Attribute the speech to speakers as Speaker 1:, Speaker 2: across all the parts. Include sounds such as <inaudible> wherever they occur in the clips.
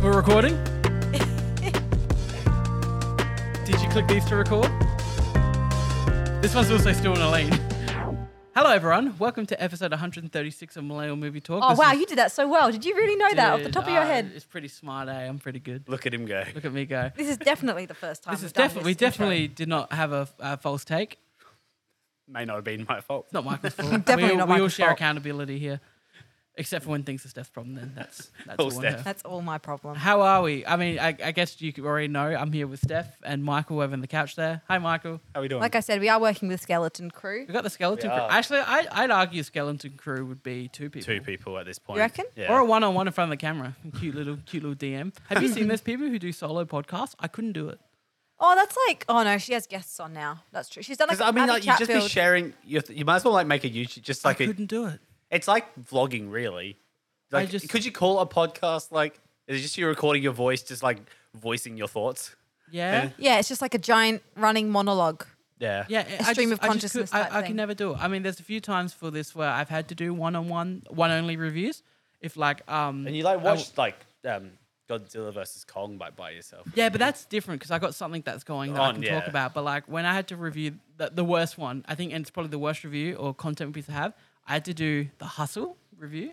Speaker 1: recording? Did you click these to record? This one's also still in a lean. Hello, everyone. Welcome to episode 136 of Millennial Movie Talk.
Speaker 2: Oh
Speaker 1: This
Speaker 2: wow,
Speaker 1: is-
Speaker 2: you did that so well. Did you really know that off the
Speaker 1: Dude,
Speaker 2: top of your
Speaker 1: I-
Speaker 2: head?
Speaker 1: It's pretty smart, eh? I'm pretty good.
Speaker 3: Look at him go.
Speaker 1: Look at me go.
Speaker 2: This is definitely the first time.
Speaker 1: This is
Speaker 2: we've done
Speaker 1: definitely, we
Speaker 2: this intro.
Speaker 1: definitely did not have a, a false take.
Speaker 3: May not have been my fault.
Speaker 1: It's not
Speaker 2: <laughs>
Speaker 1: Michael's fault.
Speaker 2: Definitely
Speaker 1: we, all-
Speaker 2: not
Speaker 1: we all
Speaker 2: Michael's
Speaker 1: share
Speaker 2: fault.
Speaker 1: accountability here, except for when things are Steph's problem. Then that's that's
Speaker 3: All
Speaker 1: all on
Speaker 3: Steph.
Speaker 1: her.
Speaker 2: That's all my problem.
Speaker 1: How are we? I mean, I, I guess you already know. I'm here with Steph and Michael over on the couch there. Hi, Michael.
Speaker 3: How are we doing?
Speaker 2: Like I said, we are working with skeleton crew.
Speaker 1: We got the skeleton
Speaker 3: We
Speaker 1: crew.
Speaker 3: are.
Speaker 1: Actually, I, I'd argue skeleton crew would be two people.
Speaker 3: Two people at this point.
Speaker 2: reckon?
Speaker 3: Yeah.
Speaker 1: Or a one-on-one in front of the camera. Cute little, <laughs> cute little DM. Have you seen those people who do solo podcasts? I couldn't do it.
Speaker 2: Oh, that's like oh no, she has guests on now. That's true. She's done like
Speaker 3: Because I mean,
Speaker 2: Abby
Speaker 3: like, you just be
Speaker 2: Chatfield.
Speaker 3: sharing. Your th- you might as well like make a YouTube, just like
Speaker 1: I
Speaker 3: a,
Speaker 1: couldn't do it.
Speaker 3: it's like vlogging, really.
Speaker 1: I
Speaker 3: Like,
Speaker 1: just-
Speaker 3: could you call a podcast like? Is it just you recording your voice, just like voicing your thoughts?
Speaker 1: Yeah.
Speaker 2: yeah, it's just like a giant running monologue.
Speaker 3: Yeah.
Speaker 1: Yeah, I
Speaker 2: stream
Speaker 1: just-
Speaker 2: of
Speaker 1: I just could-
Speaker 2: consciousness type
Speaker 1: I, I can
Speaker 2: thing.
Speaker 1: never do it. I mean, there's a few times for this where I've had to do one-on-one, one-only reviews. If like, um,
Speaker 3: And you like
Speaker 1: I w-
Speaker 3: watched like um, Godzilla versus Kong like by yourself.
Speaker 1: Yeah, but that's different because I got something that's going that I
Speaker 3: On,
Speaker 1: can
Speaker 3: yeah.
Speaker 1: talk about. But like when I had to review the, the worst one, I think, and it's probably the worst review or content piece I have. I had to do the Hustle review,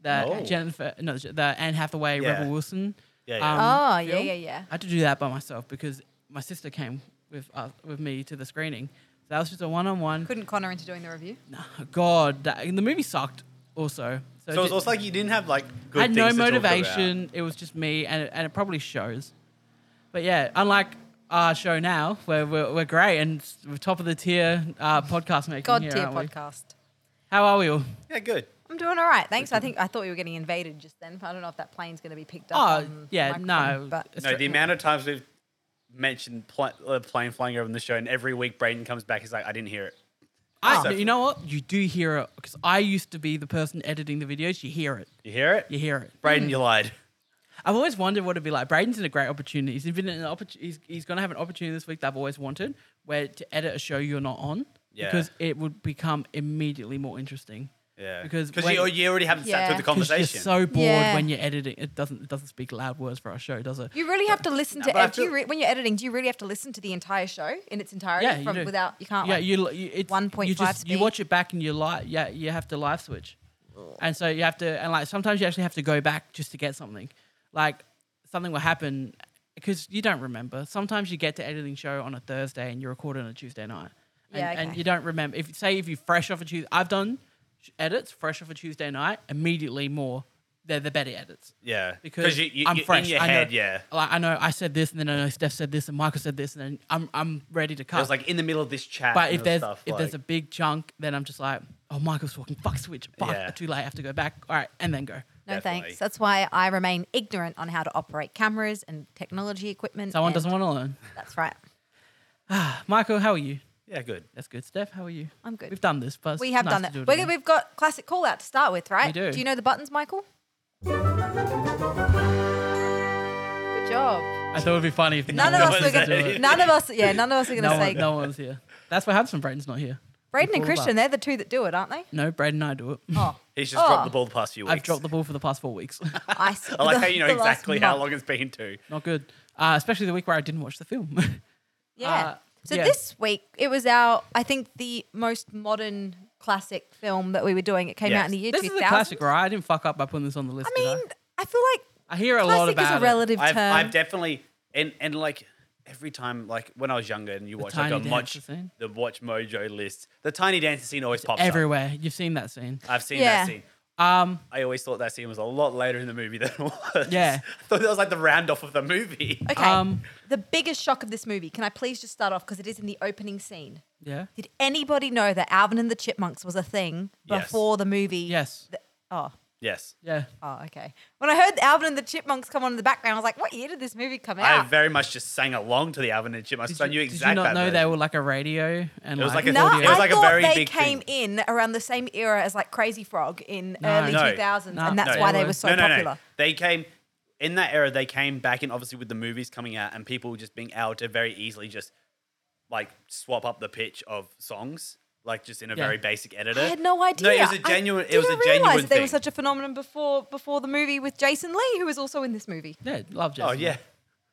Speaker 1: the
Speaker 3: Oh.
Speaker 1: Jennifer, no, the Anne Hathaway,
Speaker 3: Yeah.
Speaker 1: Rebel Wilson. um,
Speaker 3: Yeah, yeah.
Speaker 2: Oh, yeah,
Speaker 1: film.
Speaker 2: yeah, yeah.
Speaker 1: I had to do that by myself because my sister came with uh, with me to the screening. So that was just a one-on-one.
Speaker 2: Couldn't con her into doing the review.
Speaker 1: God, that, and the movie sucked. Also,
Speaker 3: So it was
Speaker 1: di-
Speaker 3: also like you didn't have like good.
Speaker 1: I had no
Speaker 3: things to talk about.
Speaker 1: motivation. It was just me, and it, and it probably shows. But yeah, unlike our show now, where we're, we're great and s- we're top of the tier uh, podcast making
Speaker 2: God
Speaker 1: here,
Speaker 2: tier
Speaker 1: aren't we?
Speaker 2: podcast.
Speaker 1: How are we all?
Speaker 3: Yeah, good.
Speaker 2: I'm doing all right, thanks. I think I thought we were getting invaded just then. I don't know if that plane's going to be picked up.
Speaker 1: Oh
Speaker 2: on
Speaker 1: yeah,
Speaker 2: the
Speaker 1: no,
Speaker 2: microphone, but
Speaker 1: it's
Speaker 3: No,
Speaker 1: tr-
Speaker 3: the amount of times we've mentioned pl- uh, plane flying over on the show, and every week Brayden comes back, he's like, I didn't hear it.
Speaker 1: I,
Speaker 3: Oh.
Speaker 1: you know what? You do hear it because I used to be the person editing the videos. You hear it.
Speaker 3: You hear it?
Speaker 1: You hear it.
Speaker 3: Brayden, you lied.
Speaker 1: I've always wondered what it'd be like. Braden's in a great opportunity. He's been in an oppor- he's, he's going to have an opportunity this week that I've always wanted, where to edit a show you're not on,
Speaker 3: Yeah.
Speaker 1: because it would become immediately more interesting.
Speaker 3: Yeah.
Speaker 1: Because
Speaker 3: because
Speaker 1: when-
Speaker 3: you, you already haven't
Speaker 2: Yeah.
Speaker 3: sat through the
Speaker 1: 'Cause
Speaker 3: conversation.
Speaker 1: You're so bored
Speaker 2: Yeah.
Speaker 1: when you're editing. It doesn't it doesn't speak loud words for our show, does it?
Speaker 2: You really have to listen to
Speaker 3: but I
Speaker 2: ed- do you
Speaker 3: feel-
Speaker 2: re- when you're editing. Do you really have to listen to the entire show in its entirety?
Speaker 1: Yeah, you
Speaker 2: from
Speaker 1: do.
Speaker 2: without you can't.
Speaker 1: yeah,
Speaker 2: like,
Speaker 1: you, l- you it's, you
Speaker 2: 1.5
Speaker 1: just you
Speaker 2: speed.
Speaker 1: watch it back and you like yeah you have to live switch, and so you have to and like sometimes you actually have to go back just to get something, like something will happen because you don't remember. Sometimes you get to editing show on a Thursday and you record it on a Tuesday night, and,
Speaker 2: Yeah,
Speaker 1: and
Speaker 2: okay.
Speaker 1: you don't remember if say if you fresh off a Tuesday. I've done sh- edits fresh off a Tuesday night immediately more. They're the better edits.
Speaker 3: yeah.
Speaker 1: because
Speaker 3: you, you,
Speaker 1: I'm
Speaker 3: you-
Speaker 1: fresh.
Speaker 3: in your
Speaker 1: I
Speaker 3: head,
Speaker 1: know,
Speaker 3: yeah.
Speaker 1: Like I know I said this, and then I know Steph said this, and Michael said this, and then I'm I'm ready to
Speaker 3: It
Speaker 1: cut.
Speaker 3: was like in the middle of this chat.
Speaker 1: but
Speaker 3: and
Speaker 1: if there's
Speaker 3: stuff,
Speaker 1: if there's a
Speaker 3: like-
Speaker 1: big chunk, then I'm just like, oh, Michael's talking. Fuck switch. Fuck.
Speaker 3: Yeah.
Speaker 1: Too late. I have to go back. All right, and then go.
Speaker 2: No
Speaker 3: Definitely.
Speaker 2: thanks. That's why I remain ignorant on how to operate cameras and technology equipment.
Speaker 1: Someone
Speaker 2: and-
Speaker 1: doesn't want to learn.
Speaker 2: That's right.
Speaker 1: Michael, how are you?
Speaker 3: yeah, good.
Speaker 1: That's good. Steph, how are you?
Speaker 2: I'm good.
Speaker 1: We've done this, but
Speaker 2: We have done
Speaker 1: it.
Speaker 2: it. We're, we've got classic call out to start with, right?
Speaker 1: We do.
Speaker 2: Do you know the buttons, Michael? Good job.
Speaker 1: I thought it'd be funny if
Speaker 2: None of
Speaker 1: no one
Speaker 2: us are
Speaker 3: one's
Speaker 1: was
Speaker 2: gonna.
Speaker 1: to do it.
Speaker 2: None of us. Yeah, none of us are
Speaker 1: <laughs>
Speaker 2: gonna
Speaker 1: No,
Speaker 2: say.
Speaker 1: one, no one's here. That's what happens when Braden's not here.
Speaker 2: Braden and
Speaker 1: Call them
Speaker 2: Christian, they're the two that do it, aren't they?
Speaker 1: No, Braden and I
Speaker 3: <laughs>
Speaker 1: do it.
Speaker 2: Oh,
Speaker 3: He's just dropped the ball the past few weeks.
Speaker 1: I've dropped the ball for the past four weeks. <laughs>
Speaker 2: I see.
Speaker 3: <laughs> I like how you know
Speaker 2: The last
Speaker 3: exactly how
Speaker 2: month.
Speaker 3: long it's been too.
Speaker 1: not good. Uh, especially the week where I didn't watch the film. <laughs>
Speaker 2: Yeah.
Speaker 1: Uh,
Speaker 2: so
Speaker 1: yeah.
Speaker 2: this week it was our, I think, the most modern classic film that we were doing. It came out in the year
Speaker 1: This
Speaker 2: 2000.
Speaker 1: is a classic, right? I didn't fuck up by putting this on the list.
Speaker 2: I
Speaker 1: did
Speaker 2: mean, I feel like
Speaker 1: I hear a lot
Speaker 2: classic
Speaker 1: about
Speaker 2: is
Speaker 1: it.
Speaker 2: a relative
Speaker 3: I've,
Speaker 2: term.
Speaker 3: I've definitely and and like every time like when I was younger and you watch like a
Speaker 1: tiny
Speaker 3: much
Speaker 1: dancer scene?
Speaker 3: the watch mojo list, the tiny dancing scene always pops up.
Speaker 1: everywhere. You've seen that scene.
Speaker 3: I've seen
Speaker 2: Yeah.
Speaker 3: that scene.
Speaker 1: Um,
Speaker 3: I always thought that scene was a lot later in the movie than it was.
Speaker 1: Yeah.
Speaker 3: <laughs> I thought that was like the round off of the movie.
Speaker 2: okay,
Speaker 1: um,
Speaker 2: the biggest shock of this movie. Can I please just start off because it is in the opening scene.
Speaker 1: yeah.
Speaker 2: Did anybody know that Alvin and the Chipmunks was a thing
Speaker 3: Yes.
Speaker 2: before the movie?
Speaker 1: Yes.
Speaker 2: The- oh.
Speaker 3: Yes.
Speaker 1: Yeah.
Speaker 2: Oh, okay. When I heard Alvin and the Chipmunks come on in the background, I was like, "What year did this movie come
Speaker 3: I
Speaker 2: out?"
Speaker 3: very much just sang along to the Alvin and Chipmunks. so I knew
Speaker 1: Did you
Speaker 3: exactly.
Speaker 1: not know
Speaker 3: that.
Speaker 1: they were like a radio and
Speaker 3: It was
Speaker 1: like,
Speaker 3: like a-
Speaker 2: No,
Speaker 3: audio. It was
Speaker 2: I
Speaker 3: like a
Speaker 2: thought
Speaker 3: very
Speaker 2: they
Speaker 3: big
Speaker 2: came in around the same era as like Crazy Frog in early
Speaker 3: No.
Speaker 2: 2000s,
Speaker 1: No.
Speaker 2: and that's
Speaker 1: No.
Speaker 2: why they were so
Speaker 3: no, no,
Speaker 2: popular.
Speaker 3: no. They came in that era. They came back in obviously with the movies coming out and people just being able to very easily just like swap up the pitch of songs. like just in a
Speaker 1: Yeah.
Speaker 3: very basic editor.
Speaker 2: I had no idea.
Speaker 3: No, it was a
Speaker 2: I
Speaker 3: genuine. it
Speaker 2: didn't
Speaker 3: was a
Speaker 2: realize
Speaker 3: genuine
Speaker 2: There
Speaker 3: thing.
Speaker 2: was such a phenomenon before before the movie with Jason Lee, who was also in this movie.
Speaker 1: Yeah, love Jason.
Speaker 3: oh yeah,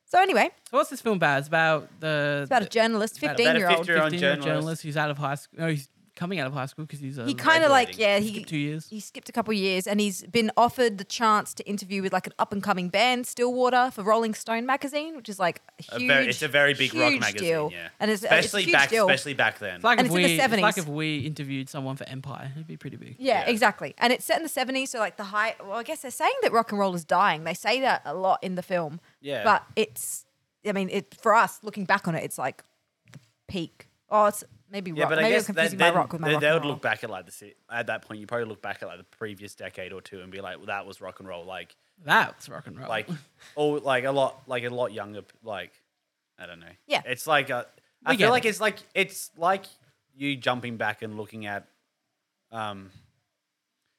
Speaker 2: So anyway, it's
Speaker 1: So what's this film about? It's about the
Speaker 2: about a journalist,
Speaker 1: about a- about a
Speaker 2: fifteen year old.
Speaker 3: You're on
Speaker 1: 15 year old
Speaker 3: journalist.
Speaker 1: journalist who's out of high school. No, he's coming out of high school because he's a
Speaker 2: He kind of like
Speaker 3: graduating.
Speaker 2: yeah
Speaker 1: he
Speaker 2: he
Speaker 1: skipped two years.
Speaker 2: he skipped a couple years and he's been offered the chance to interview with like an up and coming band, Stillwater, for Rolling Stone magazine, which is like a
Speaker 3: a
Speaker 2: huge.
Speaker 3: very, it's a very big rock
Speaker 2: huge
Speaker 3: magazine.
Speaker 2: deal.
Speaker 3: Yeah,
Speaker 2: and it's,
Speaker 3: especially
Speaker 2: it's a huge
Speaker 3: back,
Speaker 2: deal.
Speaker 3: especially back then.
Speaker 1: It's like
Speaker 2: And
Speaker 1: if
Speaker 2: it's in the
Speaker 1: we it's like
Speaker 2: 70s.
Speaker 1: if we interviewed someone for Empire, it'd be pretty big.
Speaker 2: Yeah,
Speaker 3: Yeah.
Speaker 2: exactly. And it's set in the 70s, so like the high. Well, I guess they're saying that rock and roll is dying. They say that a lot in the film.
Speaker 3: Yeah.
Speaker 2: But it's, I mean, it for us looking back on it, it's like the peak. Oh, it's maybe rock.
Speaker 3: yeah, but I
Speaker 2: maybe
Speaker 3: guess
Speaker 2: I'm
Speaker 3: that,
Speaker 2: confusing
Speaker 3: then,
Speaker 2: my rock with my
Speaker 3: they,
Speaker 2: rock
Speaker 3: they
Speaker 2: and
Speaker 3: would
Speaker 2: roll.
Speaker 3: look back at like the se- at that point. You probably look back at like the previous decade or two and be like, well, that was rock and roll. Like,
Speaker 1: That's rock and roll.
Speaker 3: like, oh, like a lot, like a lot younger. p- Like, I don't know.
Speaker 2: Yeah.
Speaker 3: it's like a, I
Speaker 1: We get
Speaker 3: feel like
Speaker 1: it.
Speaker 3: it's like it's like you jumping back and looking at, um,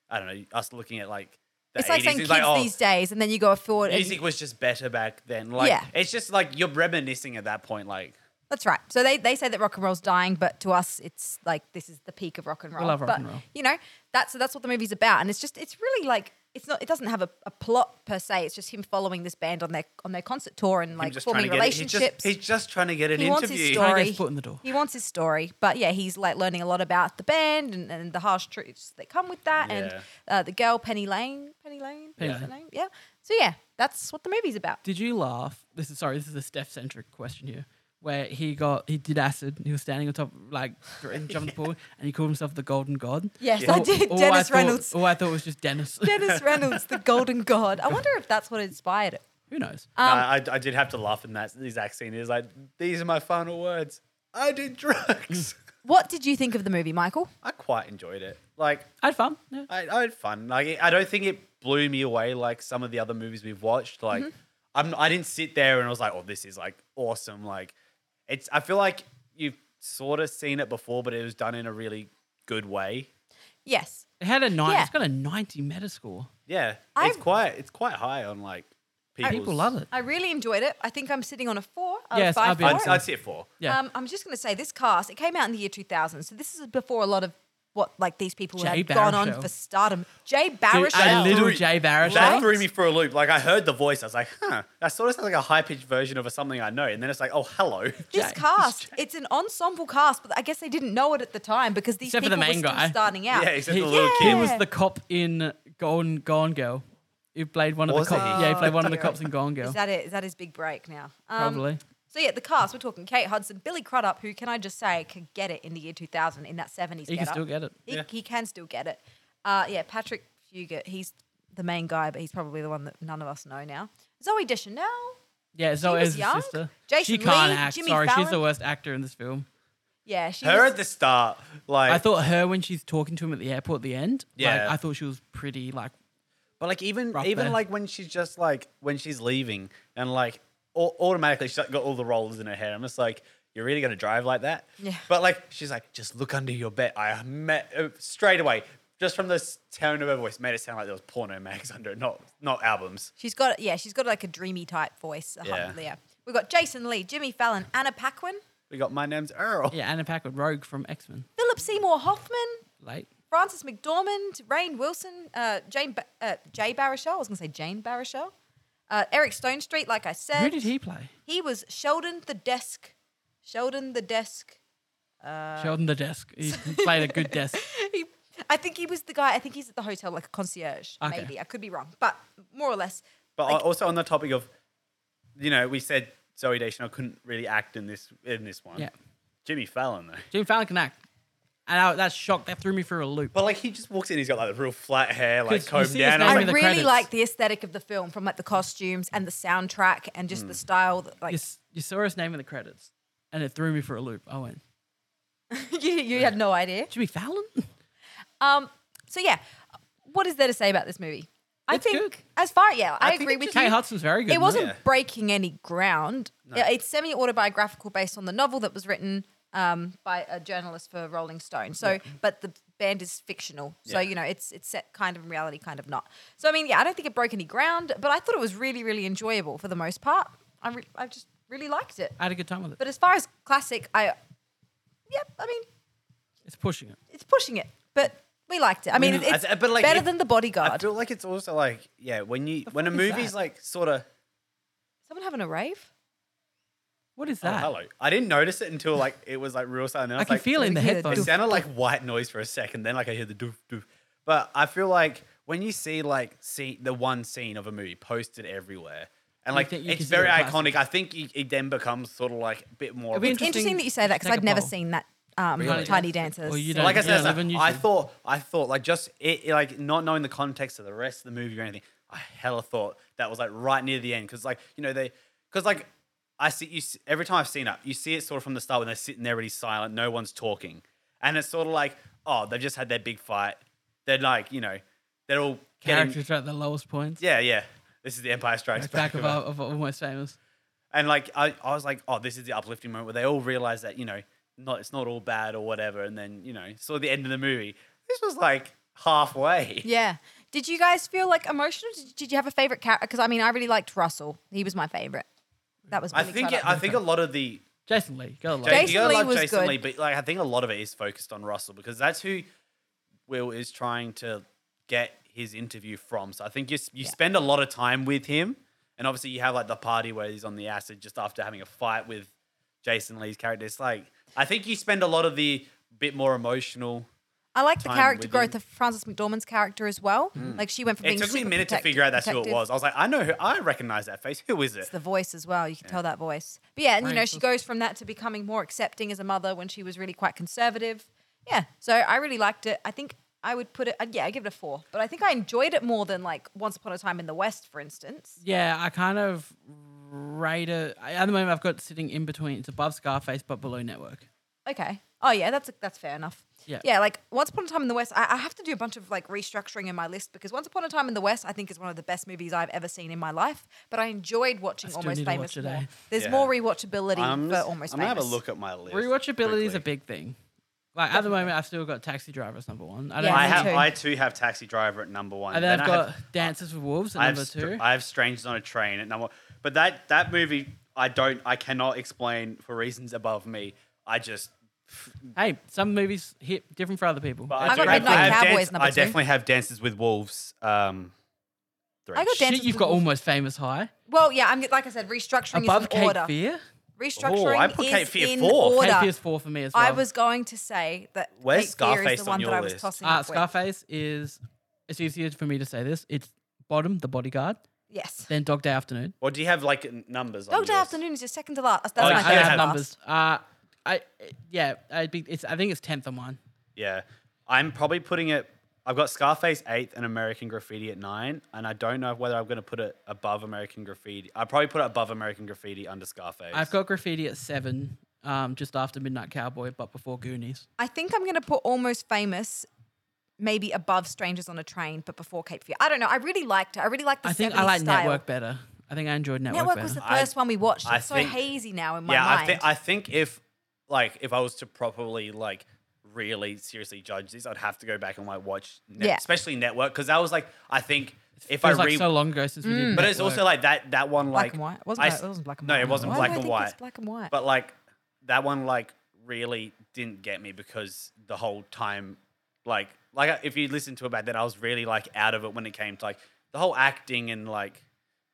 Speaker 3: I don't know, us looking at like the
Speaker 2: It's like
Speaker 3: 80s.
Speaker 2: saying kids
Speaker 3: it's like, oh,
Speaker 2: these days, and then you go forward. and
Speaker 3: music was just better back then. Like,
Speaker 2: Yeah.
Speaker 3: it's just like you're reminiscing at that point. Like,
Speaker 2: That's right. So they, they say that rock and roll's dying, but to us, it's like this is the peak of rock and roll.
Speaker 1: love rock
Speaker 2: but,
Speaker 1: and roll.
Speaker 2: You know, that's that's what the movie's about, and it's just it's really like it's not it doesn't have a, a plot per se. It's just him following this band on their on their concert tour and
Speaker 3: I'm
Speaker 2: like
Speaker 3: just trying to
Speaker 2: forming
Speaker 3: get. It. He's
Speaker 2: relationships.
Speaker 3: just he's just trying to get an
Speaker 2: He wants his
Speaker 3: interview.
Speaker 1: Trying to
Speaker 2: story.
Speaker 1: get his foot in the door.
Speaker 2: he wants his story, but yeah, he's like learning a lot about the band and, and the harsh truths that come with that, and
Speaker 3: Yeah.
Speaker 2: uh, the girl Penny Lane, Penny Lane,
Speaker 1: Penny
Speaker 2: is her
Speaker 1: Lane.
Speaker 2: name, yeah. So yeah, that's what the movie's about. <laughs>
Speaker 1: Did you laugh? This is sorry. This is a Steph centric question here, where he got he did acid. and He was standing on top, like jumping
Speaker 3: <laughs>
Speaker 1: the pool, and he called himself the Golden God.
Speaker 2: Yes, I
Speaker 1: All-
Speaker 2: did.
Speaker 1: all
Speaker 2: Dennis
Speaker 1: thought-
Speaker 2: Reynolds.
Speaker 1: All I thought was just
Speaker 2: <laughs>
Speaker 1: Dennis.
Speaker 2: Dennis Reynolds, the Golden God. I wonder if that's what inspired it.
Speaker 1: Who knows?
Speaker 3: No, I,
Speaker 2: Um,
Speaker 3: I did have to laugh in that exact scene. Is like these are my final words. I did
Speaker 2: <laughs>
Speaker 3: drugs.
Speaker 2: What did you think of the movie, Michael?
Speaker 3: I quite enjoyed it. Like
Speaker 1: I had fun. Yeah.
Speaker 3: I, I had fun. Like it- I don't think it blew me away like some of the other movies we've watched. Like I'm- I didn't sit there and I was like, oh, this is like awesome. Like it's. I feel like you've sort of seen it before, but it was done in a really good way.
Speaker 2: Yes.
Speaker 1: It had a nine.
Speaker 2: Yeah.
Speaker 1: It's got a ninety meta score.
Speaker 3: Yeah,
Speaker 2: I've-
Speaker 3: it's quite it's quite high on like people's,
Speaker 1: People love it.
Speaker 2: I really enjoyed it. I think I'm sitting on a four out
Speaker 1: Yes,
Speaker 2: of five.
Speaker 1: I'd be
Speaker 2: for
Speaker 1: on
Speaker 2: it.
Speaker 3: I'd, I'd say four.
Speaker 1: Yeah.
Speaker 2: Um, I'm just going to say this cast, it came out in the year 2000. So this is before a lot of what like these people
Speaker 1: Jay
Speaker 2: had gone on
Speaker 1: Baruchel.
Speaker 2: for stardom. Jay
Speaker 1: Dude,
Speaker 2: Baruchel.
Speaker 1: I little
Speaker 3: Threw-
Speaker 1: Jay
Speaker 3: That
Speaker 1: Baruchel.
Speaker 3: threw me for a loop. Like I heard the voice, I was like, "Huh." That sort of sounds like a high pitched version of a something I know, and then it's like, "Oh, hello."
Speaker 1: <laughs>
Speaker 2: this
Speaker 1: Jay.
Speaker 2: cast, it's an ensemble cast, but I guess they didn't know it at the time because these
Speaker 1: Except for
Speaker 2: people
Speaker 1: the
Speaker 2: were
Speaker 1: main
Speaker 2: still
Speaker 1: guy.
Speaker 2: starting out.
Speaker 3: Yeah, except
Speaker 1: He,
Speaker 3: the little
Speaker 1: he
Speaker 3: kid.
Speaker 2: Yeah.
Speaker 1: was the cop in Gone Gone Girl. He played one of
Speaker 3: Was
Speaker 1: the
Speaker 3: he?
Speaker 1: cops. Yeah, he played one of the
Speaker 2: Oh.
Speaker 1: cops in Gone Girl.
Speaker 2: Is that it? Is that his big break now? Um,
Speaker 1: Probably.
Speaker 2: So yeah, the cast. We're talking Kate Hudson, Billy Crudup, who can I just say could get it in the year 2000 in that 70s.
Speaker 1: He can
Speaker 2: getup.
Speaker 1: still get it.
Speaker 2: He,
Speaker 3: Yeah.
Speaker 2: he can still get it. Uh, yeah, Patrick Fugit. He's the main guy, but he's probably the one that none of us know now. Zoe Deschanel.
Speaker 1: Yeah, so
Speaker 2: was
Speaker 1: is his
Speaker 2: young.
Speaker 1: sister.
Speaker 2: Jason
Speaker 1: she can't
Speaker 2: Lee,
Speaker 1: act.
Speaker 2: Jimmy
Speaker 1: Sorry, she's the
Speaker 2: Fallon.
Speaker 1: worst actor in this film.
Speaker 2: Yeah, she.
Speaker 3: Her
Speaker 2: was-
Speaker 3: at the start, like,
Speaker 1: I thought her when she's talking to him at the airport at the end.
Speaker 3: Yeah.
Speaker 1: like, I thought she was pretty like
Speaker 3: but like even
Speaker 1: Rough
Speaker 3: even
Speaker 1: there.
Speaker 3: like when she's just like when she's leaving, and like au- automatically she's like, got all the rolls in her head. I'm just like, "You're really gonna drive like that?"
Speaker 2: Yeah.
Speaker 3: But like she's like, "Just look under your bed." I met uh, straight away. Just from the s- tone of her voice, made it sound like there was porno mags <laughs> under it, not not albums.
Speaker 2: She's got yeah. She's got like a dreamy type voice. A hum-
Speaker 3: Yeah.
Speaker 2: yeah. We've got Jason Lee, Jimmy Fallon, Anna Paquin,
Speaker 3: We got my name's Earl.
Speaker 1: yeah, Anna Paquin, Rogue from X Men.
Speaker 2: Philip Seymour Hoffman,
Speaker 1: Late.
Speaker 2: Francis McDormand, Rain Wilson, uh, Jane ba- uh, Jay Baruchel. I was going to say Jane Baruchel. Uh, Eric Stone Street, like I said.
Speaker 1: Who did he play?
Speaker 2: He was Sheldon the Desk. Sheldon the Desk.
Speaker 1: Sheldon the desk. He <laughs> played a good desk.
Speaker 2: he, I think he was the guy. I think he's at the hotel, like a concierge.
Speaker 1: Okay.
Speaker 2: Maybe I could be wrong, but more or less.
Speaker 3: But uh,
Speaker 2: Like-
Speaker 3: also on the topic of, you know, we said Zoe Deschanel couldn't really act in this in this one.
Speaker 1: Yeah.
Speaker 3: Jimmy Fallon though.
Speaker 1: Jimmy Fallon can act, and I, that's shocked. That threw me for a loop.
Speaker 3: But like he just walks in, he's got like the real flat hair, like
Speaker 1: 'Cause you
Speaker 3: combed
Speaker 1: see his
Speaker 3: down.
Speaker 1: name
Speaker 3: I
Speaker 2: I
Speaker 1: in
Speaker 3: was
Speaker 1: the
Speaker 3: like,
Speaker 2: really
Speaker 1: credits.
Speaker 2: like the aesthetic of the film, from like the costumes and the soundtrack and
Speaker 1: Hmm.
Speaker 2: just the style. That, like
Speaker 1: You, s- you saw his name in the credits, and it threw me for a loop. I went,
Speaker 2: <laughs> you, you had no idea.
Speaker 1: Jimmy Fallon. <laughs>
Speaker 2: Um. So yeah, what is there to say about this movie? I
Speaker 1: It's
Speaker 2: think
Speaker 1: good.
Speaker 2: as far yeah, I,
Speaker 3: I think
Speaker 2: agree
Speaker 3: it's
Speaker 2: with
Speaker 1: Kate
Speaker 2: you.
Speaker 1: Hudson's very good.
Speaker 2: It
Speaker 1: in
Speaker 2: wasn't
Speaker 3: Yeah.
Speaker 2: breaking any ground. Yeah, It's semi autobiographical based on the novel that was written um, by a journalist for Rolling Stone. So, but the band is fictional. So,
Speaker 3: Yeah.
Speaker 2: you know, it's it's set kind of in reality, kind of not. So, I mean, yeah, I don't think it broke any ground, but I thought it was really, really enjoyable for the most part. I, re- I just really liked it.
Speaker 1: I had a good time with it.
Speaker 2: But as far as classic, I, yep, I mean,
Speaker 1: It's pushing it.
Speaker 2: it's pushing it, but we liked it. I mean,
Speaker 3: mean,
Speaker 2: it's
Speaker 3: I- but, like,
Speaker 2: better
Speaker 3: if-
Speaker 2: than the
Speaker 3: I
Speaker 2: bodyguard.
Speaker 3: feel like it's also like yeah when you when a
Speaker 1: fuck is
Speaker 3: movie's
Speaker 1: that?
Speaker 3: like oh, sort of
Speaker 2: Someone having a rave?
Speaker 1: What is
Speaker 3: oh,
Speaker 1: that?
Speaker 3: hello I didn't notice it until like it was like real silent. and
Speaker 1: I
Speaker 3: was
Speaker 1: can
Speaker 3: like,
Speaker 1: feel it in the
Speaker 2: Yeah,
Speaker 1: headphones.
Speaker 3: It sounded like white noise for a second, then like I hear the doof doof. But I feel like when you see like see the one scene of a movie posted everywhere, and like
Speaker 1: think you
Speaker 3: it's
Speaker 1: consider
Speaker 3: very
Speaker 1: it classic?
Speaker 3: iconic. I think it, it then becomes sort of like a bit more.
Speaker 1: It'd
Speaker 3: Of
Speaker 1: be
Speaker 3: a,
Speaker 1: Interesting
Speaker 2: Interesting that you say that because
Speaker 1: take
Speaker 2: I'd
Speaker 1: a
Speaker 2: never
Speaker 1: poll.
Speaker 2: seen that um,
Speaker 3: Really?
Speaker 2: Tiny Dancers.
Speaker 1: Or you
Speaker 2: scene.
Speaker 1: don't-
Speaker 3: like I
Speaker 1: yeah,
Speaker 3: said, I,
Speaker 1: live on
Speaker 3: said, I
Speaker 1: YouTube.
Speaker 3: thought I thought like just it, it, like not knowing the context of the rest of the movie or anything. I hella thought that was like right near the end because like you know they because like I see you s- every time I've seen it you see it sort of from the start when they're sitting there really silent, no one's talking, and it's sort of like oh they've just had their big fight. They're like you know they're all getting
Speaker 1: Characters are at the lowest points.
Speaker 3: yeah yeah. This is the Empire Strikes
Speaker 1: Back
Speaker 3: Back.
Speaker 1: of, our, of almost famous.
Speaker 3: And like I, I was like, oh, this is the uplifting moment where they all realize that you know, not it's not all bad or whatever. And then you know, saw the end of the movie. This was like halfway.
Speaker 2: Yeah. Did you guys feel like emotional? Did, did you have a favorite character? Because I mean, I really liked Russell. He was my favorite. That was
Speaker 3: I
Speaker 2: really
Speaker 3: think
Speaker 2: clever.
Speaker 3: it, I think a lot of the
Speaker 1: Jason Lee, go along.
Speaker 2: Jason
Speaker 3: you gotta
Speaker 2: Lee
Speaker 3: love
Speaker 2: was
Speaker 3: Jason
Speaker 2: good.
Speaker 3: Lee, but like I think a lot of it is focused on Russell because that's who Will is trying to get his interview from. So I think you s- you spend a lot of time with him, and obviously you have like the party where he's on the acid just after having a fight with Jason Lee's character. It's like I think you spend a lot of the bit more emotional.
Speaker 2: I like the
Speaker 3: time
Speaker 2: character
Speaker 3: with
Speaker 2: growth
Speaker 3: him. Hmm.
Speaker 2: of Frances McDormand's character as well. Like she went from
Speaker 3: It
Speaker 2: being
Speaker 3: took me a
Speaker 2: super
Speaker 3: minute
Speaker 2: protect-
Speaker 3: to figure out that's who
Speaker 2: protective-
Speaker 3: it was. I was like, I know who I recognize that face. Who is it?
Speaker 2: It's the voice as well. You can tell that voice. But yeah, and you know, she
Speaker 1: Frances.
Speaker 2: goes from that to becoming more accepting as a mother when she was really quite conservative. Yeah. So I really liked it. I think I would put it. I'd- Yeah, I give it a four. But I think I enjoyed it more than like Once Upon a Time in the West, for instance.
Speaker 1: Yeah, I kind of rate it. I- At the moment, I've got it sitting in between. It's above Scarface but below Network.
Speaker 2: Okay. Oh yeah, that's that's fair enough.
Speaker 1: Yeah.
Speaker 2: Yeah, like Once Upon a Time in the West, I, I have to do a bunch of like restructuring in my list because Once Upon a Time in the West, I think is one of the best movies I've ever seen in my life. But I enjoyed watching
Speaker 1: still
Speaker 2: Almost
Speaker 1: need to watch
Speaker 2: Famous
Speaker 1: it,
Speaker 2: more.
Speaker 1: eh?
Speaker 2: There's
Speaker 3: Yeah.
Speaker 2: more rewatchability
Speaker 3: I'm,
Speaker 2: for
Speaker 3: just-
Speaker 2: Almost
Speaker 3: Um, I'm
Speaker 2: Famous.
Speaker 3: gonna have a look at my list.
Speaker 1: Rewatchability is a
Speaker 3: quickly.
Speaker 1: big thing. Like at the moment, I've still got Taxi Driver as number one. I don't.
Speaker 2: Yeah,
Speaker 1: know-
Speaker 3: I
Speaker 2: Me
Speaker 3: have.
Speaker 2: too.
Speaker 3: I too have Taxi Driver at number one.
Speaker 1: and then I've
Speaker 3: I
Speaker 1: got
Speaker 3: have-
Speaker 1: Dances with Wolves at
Speaker 3: I have,
Speaker 1: number
Speaker 3: Str-
Speaker 1: two.
Speaker 3: I have Strangers on a Train at number. one. But that that movie, I don't. I cannot explain for reasons above me. I just.
Speaker 1: hey, some movies hit different for other people.
Speaker 3: But
Speaker 2: I
Speaker 3: I,
Speaker 2: got
Speaker 3: do have-
Speaker 2: Midnight
Speaker 3: I have
Speaker 2: Cowboys
Speaker 3: dance-
Speaker 2: number
Speaker 3: I
Speaker 2: two.
Speaker 3: definitely have Dances with Wolves. Um, three.
Speaker 2: I got
Speaker 1: Shit,
Speaker 2: Dances
Speaker 1: you've
Speaker 2: with
Speaker 1: got
Speaker 2: Wolves.
Speaker 1: Almost Famous high
Speaker 2: Well, yeah, I'm like I said, restructuring is
Speaker 1: above
Speaker 2: in
Speaker 1: Cape
Speaker 2: order.
Speaker 1: Fear.
Speaker 2: Restructuring
Speaker 3: Oh, I put
Speaker 2: is
Speaker 3: Cape Fear
Speaker 2: in
Speaker 3: fourth.
Speaker 2: order.
Speaker 1: Cape Fear's four for me as well.
Speaker 2: I was going to say that
Speaker 3: Where's
Speaker 2: Cape Fear is
Speaker 3: Scarface on
Speaker 2: the one
Speaker 3: your
Speaker 2: that I was
Speaker 3: list?
Speaker 2: tossing
Speaker 1: Uh,
Speaker 2: up with.
Speaker 1: Scarface is. It's easier for me to say this. It's bottom, The Bodyguard,
Speaker 2: Yes.
Speaker 1: then Dog Day Afternoon.
Speaker 3: Or do you have like n- numbers? on
Speaker 2: Dog Day
Speaker 3: yours?
Speaker 2: Afternoon is your second to last. That's
Speaker 3: Oh,
Speaker 2: my
Speaker 3: you
Speaker 1: <laughs> I
Speaker 3: don't
Speaker 1: don't
Speaker 2: third
Speaker 1: have
Speaker 2: to last.
Speaker 1: numbers. Uh, I yeah, I'd be. It's. I think it's tenth on mine.
Speaker 3: Yeah, I'm probably putting it. I've got Scarface eighth and American Graffiti at nine, and I don't know whether I'm going to put it above American Graffiti. I probably put it above American Graffiti under Scarface.
Speaker 1: I've got graffiti at seven, um, just after Midnight Cowboy, but before Goonies.
Speaker 2: I think I'm going to put Almost Famous maybe above Strangers on a Train, but before Cape Fear. I don't know. I really liked it. I really liked the
Speaker 1: I think
Speaker 2: 70s
Speaker 1: I like
Speaker 2: style.
Speaker 1: Network better. I think I enjoyed Network,
Speaker 2: Network
Speaker 1: better.
Speaker 2: was the
Speaker 3: I-
Speaker 2: first one we watched.
Speaker 3: I
Speaker 2: It's so
Speaker 3: think-
Speaker 2: hazy now in my
Speaker 3: yeah,
Speaker 2: mind.
Speaker 3: I think I think if like if I was to properly like really seriously judge this, I'd have to go back and like watch, net,
Speaker 2: Yeah.
Speaker 3: especially Network, because that was like I think if
Speaker 1: it
Speaker 3: I
Speaker 1: was
Speaker 3: re,
Speaker 1: like so long ago since we
Speaker 2: Mm.
Speaker 1: did.
Speaker 3: but it's also like that that one
Speaker 2: black
Speaker 3: like
Speaker 2: and white. It wasn't,
Speaker 3: I
Speaker 2: black-
Speaker 3: s-
Speaker 2: it wasn't black and
Speaker 3: no,
Speaker 2: white.
Speaker 3: it wasn't
Speaker 2: Why do
Speaker 3: black
Speaker 2: I
Speaker 3: and
Speaker 2: think
Speaker 3: white.
Speaker 2: It's black and white.
Speaker 3: But like that one, like really didn't get me because the whole time, like, like if you listen to it back then, I was really like out of it when it came to like the whole acting and like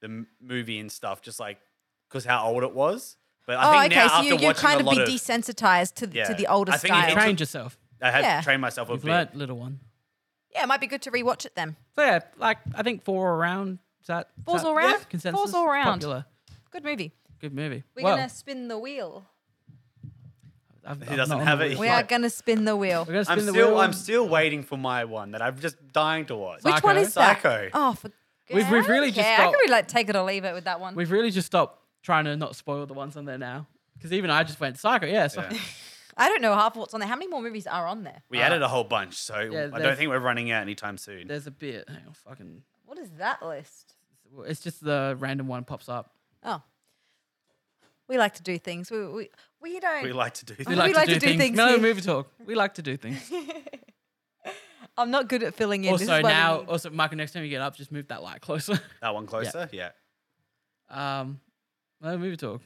Speaker 3: the m- movie and stuff, just like because how old it was. But I
Speaker 2: oh,
Speaker 3: think
Speaker 2: okay.
Speaker 3: now
Speaker 2: so
Speaker 3: after
Speaker 2: you, you're
Speaker 3: watching
Speaker 2: trying
Speaker 3: a
Speaker 2: to
Speaker 3: lot
Speaker 2: be
Speaker 3: of,
Speaker 2: desensitized to, the
Speaker 3: Yeah.
Speaker 2: to the older
Speaker 3: I think it-
Speaker 2: style.
Speaker 3: it's
Speaker 1: trained yourself.
Speaker 3: I had
Speaker 2: yeah.
Speaker 3: trained myself a
Speaker 1: You've
Speaker 3: bit.
Speaker 1: learnt, little one.
Speaker 2: yeah, it might be good to rewatch it then.
Speaker 1: So yeah, like I think four around. Is that is
Speaker 2: Four's
Speaker 1: that
Speaker 2: all round? Four's
Speaker 1: Consensus.
Speaker 2: all round.
Speaker 1: Popular.
Speaker 2: Good movie.
Speaker 1: Good movie.
Speaker 2: We're
Speaker 1: Well,
Speaker 2: going to spin the wheel.
Speaker 1: I've-
Speaker 3: He
Speaker 1: I'm
Speaker 3: doesn't
Speaker 1: not on
Speaker 3: have
Speaker 1: the
Speaker 3: it.
Speaker 1: list.
Speaker 2: We
Speaker 3: Yeah.
Speaker 2: are going to spin the wheel.
Speaker 1: We're gonna spin
Speaker 3: I'm
Speaker 1: the
Speaker 3: still,
Speaker 1: wheel.
Speaker 3: I'm still waiting for my one that I'm just dying to watch.
Speaker 2: Which one
Speaker 1: Psycho.
Speaker 2: is that?
Speaker 3: Psycho.
Speaker 2: Oh, for
Speaker 1: We've- we've really just
Speaker 2: Yeah, I
Speaker 1: got-
Speaker 2: could really like take it or leave it with that one.
Speaker 1: We've really just stopped trying to not spoil the ones on there now. Because even I just went psycho. Yeah. So
Speaker 3: Yeah.
Speaker 2: I don't know half of what's on there. How many more movies are on there?
Speaker 3: We added a whole bunch, so I don't
Speaker 1: there's-
Speaker 3: think we're running out anytime soon.
Speaker 1: there's a bit. Hang on, fucking.
Speaker 2: What is that list?
Speaker 1: It's just the random one pops up.
Speaker 2: Oh, we like to do things. We we, <laughs> we don't.
Speaker 3: We like to do
Speaker 1: We
Speaker 3: that.
Speaker 1: like, to, do things. No
Speaker 2: here.
Speaker 1: movie talk. We like to do
Speaker 2: <laughs>
Speaker 1: things.
Speaker 2: I'm not good at filling in. This
Speaker 1: also
Speaker 2: is why we
Speaker 1: now,
Speaker 2: need-
Speaker 1: also Michael, next time you get up, just move that light closer. <laughs>
Speaker 3: That one closer, yeah.
Speaker 1: um, no movie talk.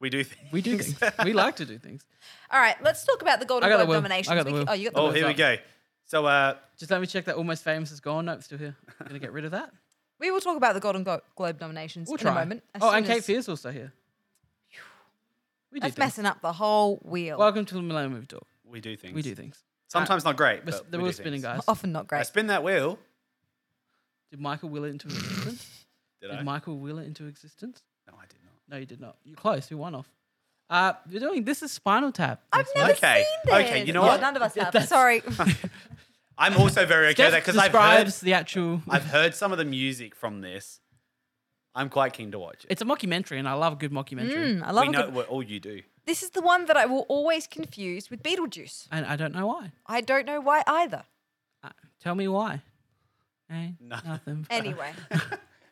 Speaker 3: We do things.
Speaker 1: We do
Speaker 2: <laughs>
Speaker 1: things. we like to do things.
Speaker 2: All right, let's talk about the Golden
Speaker 1: I got the
Speaker 2: Globe
Speaker 1: wheel. I
Speaker 2: nominations.
Speaker 1: got the
Speaker 2: We
Speaker 1: wheel.
Speaker 2: can- oh, you got the
Speaker 3: oh,
Speaker 2: wheel.
Speaker 3: here we go. So, uh,
Speaker 1: Just let me check that Almost Famous is gone. Nope, still here. I'm gonna get rid of that.
Speaker 2: We will talk about the Golden Go- Globe nominations
Speaker 1: We'll
Speaker 2: in
Speaker 1: try.
Speaker 2: a moment. as
Speaker 1: oh, and
Speaker 2: soon
Speaker 1: Kate
Speaker 2: as-
Speaker 1: Fear's also here. We do
Speaker 2: That's
Speaker 1: things.
Speaker 2: messing up the whole wheel.
Speaker 1: Welcome to the Millennium Movie Talk.
Speaker 3: we do things.
Speaker 1: We do things.
Speaker 3: Sometimes not great.
Speaker 1: We're, s-
Speaker 3: But
Speaker 1: the
Speaker 3: we
Speaker 1: wheel
Speaker 3: do
Speaker 1: spinning,
Speaker 3: things.
Speaker 1: guys.
Speaker 2: Often not
Speaker 3: I
Speaker 2: great.
Speaker 3: spin that wheel.
Speaker 1: Did Michael will it
Speaker 3: <laughs>
Speaker 1: into existence?
Speaker 3: Did I?
Speaker 1: Did Michael will it into existence?
Speaker 3: no, I did not.
Speaker 1: No, you did not. You're close. You're one off. Uh, you're doing this is Spinal Tap.
Speaker 2: I've never
Speaker 3: Okay.
Speaker 2: seen this.
Speaker 3: Okay, you know
Speaker 2: Well,
Speaker 3: what?
Speaker 2: None of us
Speaker 1: Yeah,
Speaker 2: have.
Speaker 1: that's- <laughs>
Speaker 2: Sorry.
Speaker 3: I'm also very okay
Speaker 1: Steph
Speaker 3: with that because I've heard,
Speaker 1: describes the actual.
Speaker 3: I've heard some of the music from this. I'm quite keen to watch it.
Speaker 1: it's a mockumentary, and I love a good mockumentary.
Speaker 2: Mm, I love
Speaker 3: we
Speaker 2: a
Speaker 3: know
Speaker 2: good-
Speaker 3: what all you do.
Speaker 2: This is the one that I will always confuse with Beetlejuice.
Speaker 1: And I don't know why.
Speaker 2: I don't know why either.
Speaker 1: Uh, tell me why. Ain't
Speaker 3: No.
Speaker 2: <laughs>
Speaker 1: Nothing. but-
Speaker 2: Anyway,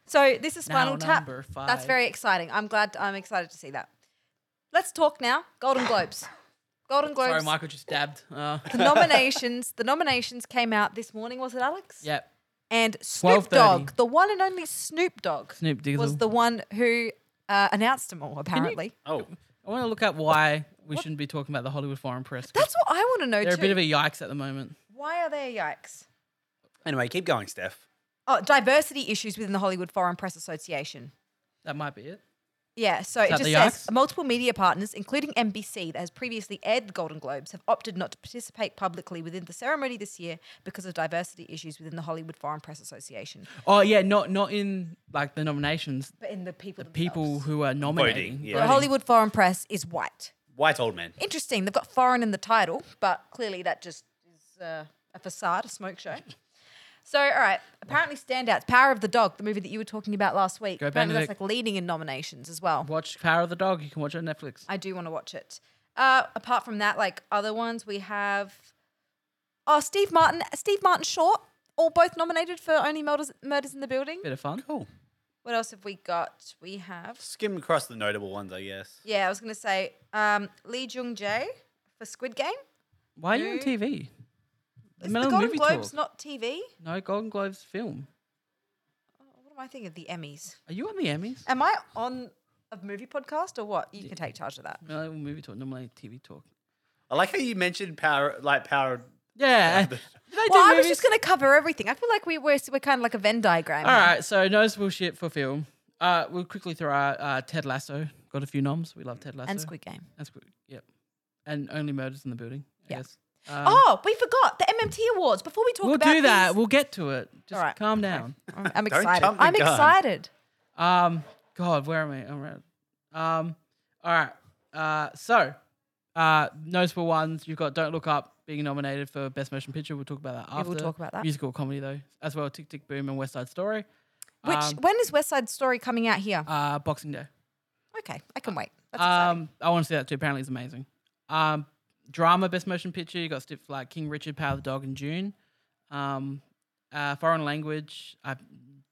Speaker 2: so this is Spinal
Speaker 1: Now
Speaker 2: Tap.
Speaker 1: number
Speaker 2: That's
Speaker 1: five.
Speaker 2: very exciting. I'm glad. I'm excited to see that. Let's talk now. Golden Globes. Golden Globes.
Speaker 1: Sorry, Michael just dabbed. Uh,
Speaker 2: The nominations. the nominations came out this morning. Was it Alex?
Speaker 1: yep.
Speaker 2: And Snoop
Speaker 1: 12:30.
Speaker 2: Dogg, the one and only Snoop Dogg,
Speaker 1: Snoop Diesel.
Speaker 2: was the one who uh, announced them all. Apparently,
Speaker 3: Oh,
Speaker 1: I want to look at why we shouldn't be talking about the Hollywood Foreign Press. 'cause
Speaker 2: that's what I want to know
Speaker 1: they're a
Speaker 2: too.
Speaker 1: bit of a yikes at the moment.
Speaker 2: Why are there yikes?
Speaker 3: anyway, keep going, Steph.
Speaker 2: Oh, diversity issues within the Hollywood Foreign Press Association.
Speaker 1: That might be it.
Speaker 2: Yeah, so it
Speaker 1: that
Speaker 2: just
Speaker 1: the
Speaker 2: says
Speaker 1: yikes?
Speaker 2: multiple media partners, including NBC, that has previously aired the Golden Globes, have opted not to participate publicly within the ceremony this year because of diversity issues within the Hollywood Foreign Press Association.
Speaker 1: Oh yeah, not not in like the nominations.
Speaker 2: But in the people, the
Speaker 1: People who are nominating.
Speaker 3: yeah.
Speaker 2: the Hollywood Foreign Press is white.
Speaker 3: White old man.
Speaker 2: Interesting. They've got foreign in the title, but clearly that just is uh, a facade, a
Speaker 1: <laughs>
Speaker 2: smoke show. So, all right. Apparently, standouts. Power of the Dog, the movie that you were talking about last week.
Speaker 1: Go
Speaker 2: apparently, that's
Speaker 1: Benedict.
Speaker 2: like leading in nominations as well.
Speaker 1: Watch Power of the Dog. You can watch it on Netflix.
Speaker 2: I do want to watch it. Uh, apart from that, like other ones, we have oh Steve Martin, Steve Martin short, all both nominated for Only Murders, Murders in the Building.
Speaker 1: Bit of fun.
Speaker 3: Cool.
Speaker 2: What else have we got? We have
Speaker 3: Skim across the notable ones, I guess.
Speaker 2: yeah, I was gonna say um, Lee Jung Jae for Squid Game.
Speaker 1: Why are you on
Speaker 2: Who-
Speaker 1: TV?
Speaker 2: Is the
Speaker 1: Melon
Speaker 2: Golden
Speaker 1: Movie
Speaker 2: Globes
Speaker 1: Talk.
Speaker 2: not TV?
Speaker 1: No Golden Globes film.
Speaker 2: What am I thinking of the Emmys?
Speaker 1: Are you on the Emmys?
Speaker 2: Am I on a movie podcast or what? You can take charge of that.
Speaker 1: Millennium Movie Talk, normally TV Talk.
Speaker 3: I like how you mentioned power, like power.
Speaker 1: Yeah.
Speaker 3: the-
Speaker 2: <laughs> Well, I was just gonna cover everything. I feel like we we're, we're kind of like a Venn diagram.
Speaker 1: All
Speaker 2: here.
Speaker 1: right, so noticeable shit for film. Uh, we'll quickly throw out uh, Ted Lasso. Got a few noms. We love Ted Lasso.
Speaker 2: and Squid Game.
Speaker 1: And Squid. Yep. And Only Murders in the Building, I
Speaker 2: Yeah.
Speaker 1: guess. Um,
Speaker 2: oh, we forgot the MMT awards. Before we talk
Speaker 1: we'll
Speaker 2: about
Speaker 1: do that.
Speaker 2: these-
Speaker 1: We'll get to it. Just
Speaker 2: right.
Speaker 1: calm down.
Speaker 2: <laughs> I'm- I'm
Speaker 3: Don't
Speaker 2: excited.
Speaker 3: jump the
Speaker 2: I'm
Speaker 3: gun.
Speaker 2: excited.
Speaker 1: Um, God, where am I? All right. Um, all right. Uh, so, uh, noticeable ones you've got Don't Look Up being nominated for Best Motion Picture. We'll talk about that
Speaker 2: we'll
Speaker 1: after.
Speaker 2: talk about that.
Speaker 1: Musical comedy though, as well. Tick Tick Boom and West Side Story.
Speaker 2: Which
Speaker 1: Um,
Speaker 2: when is West Side Story coming out here?
Speaker 1: uh, Boxing Day.
Speaker 2: okay, I can wait. That's exciting.
Speaker 1: Um, I want to see that too. Apparently, it's amazing. Um, drama Best Motion Picture. You got stuff like King Richard, Power of the Dog, and June. Um, uh, foreign language. I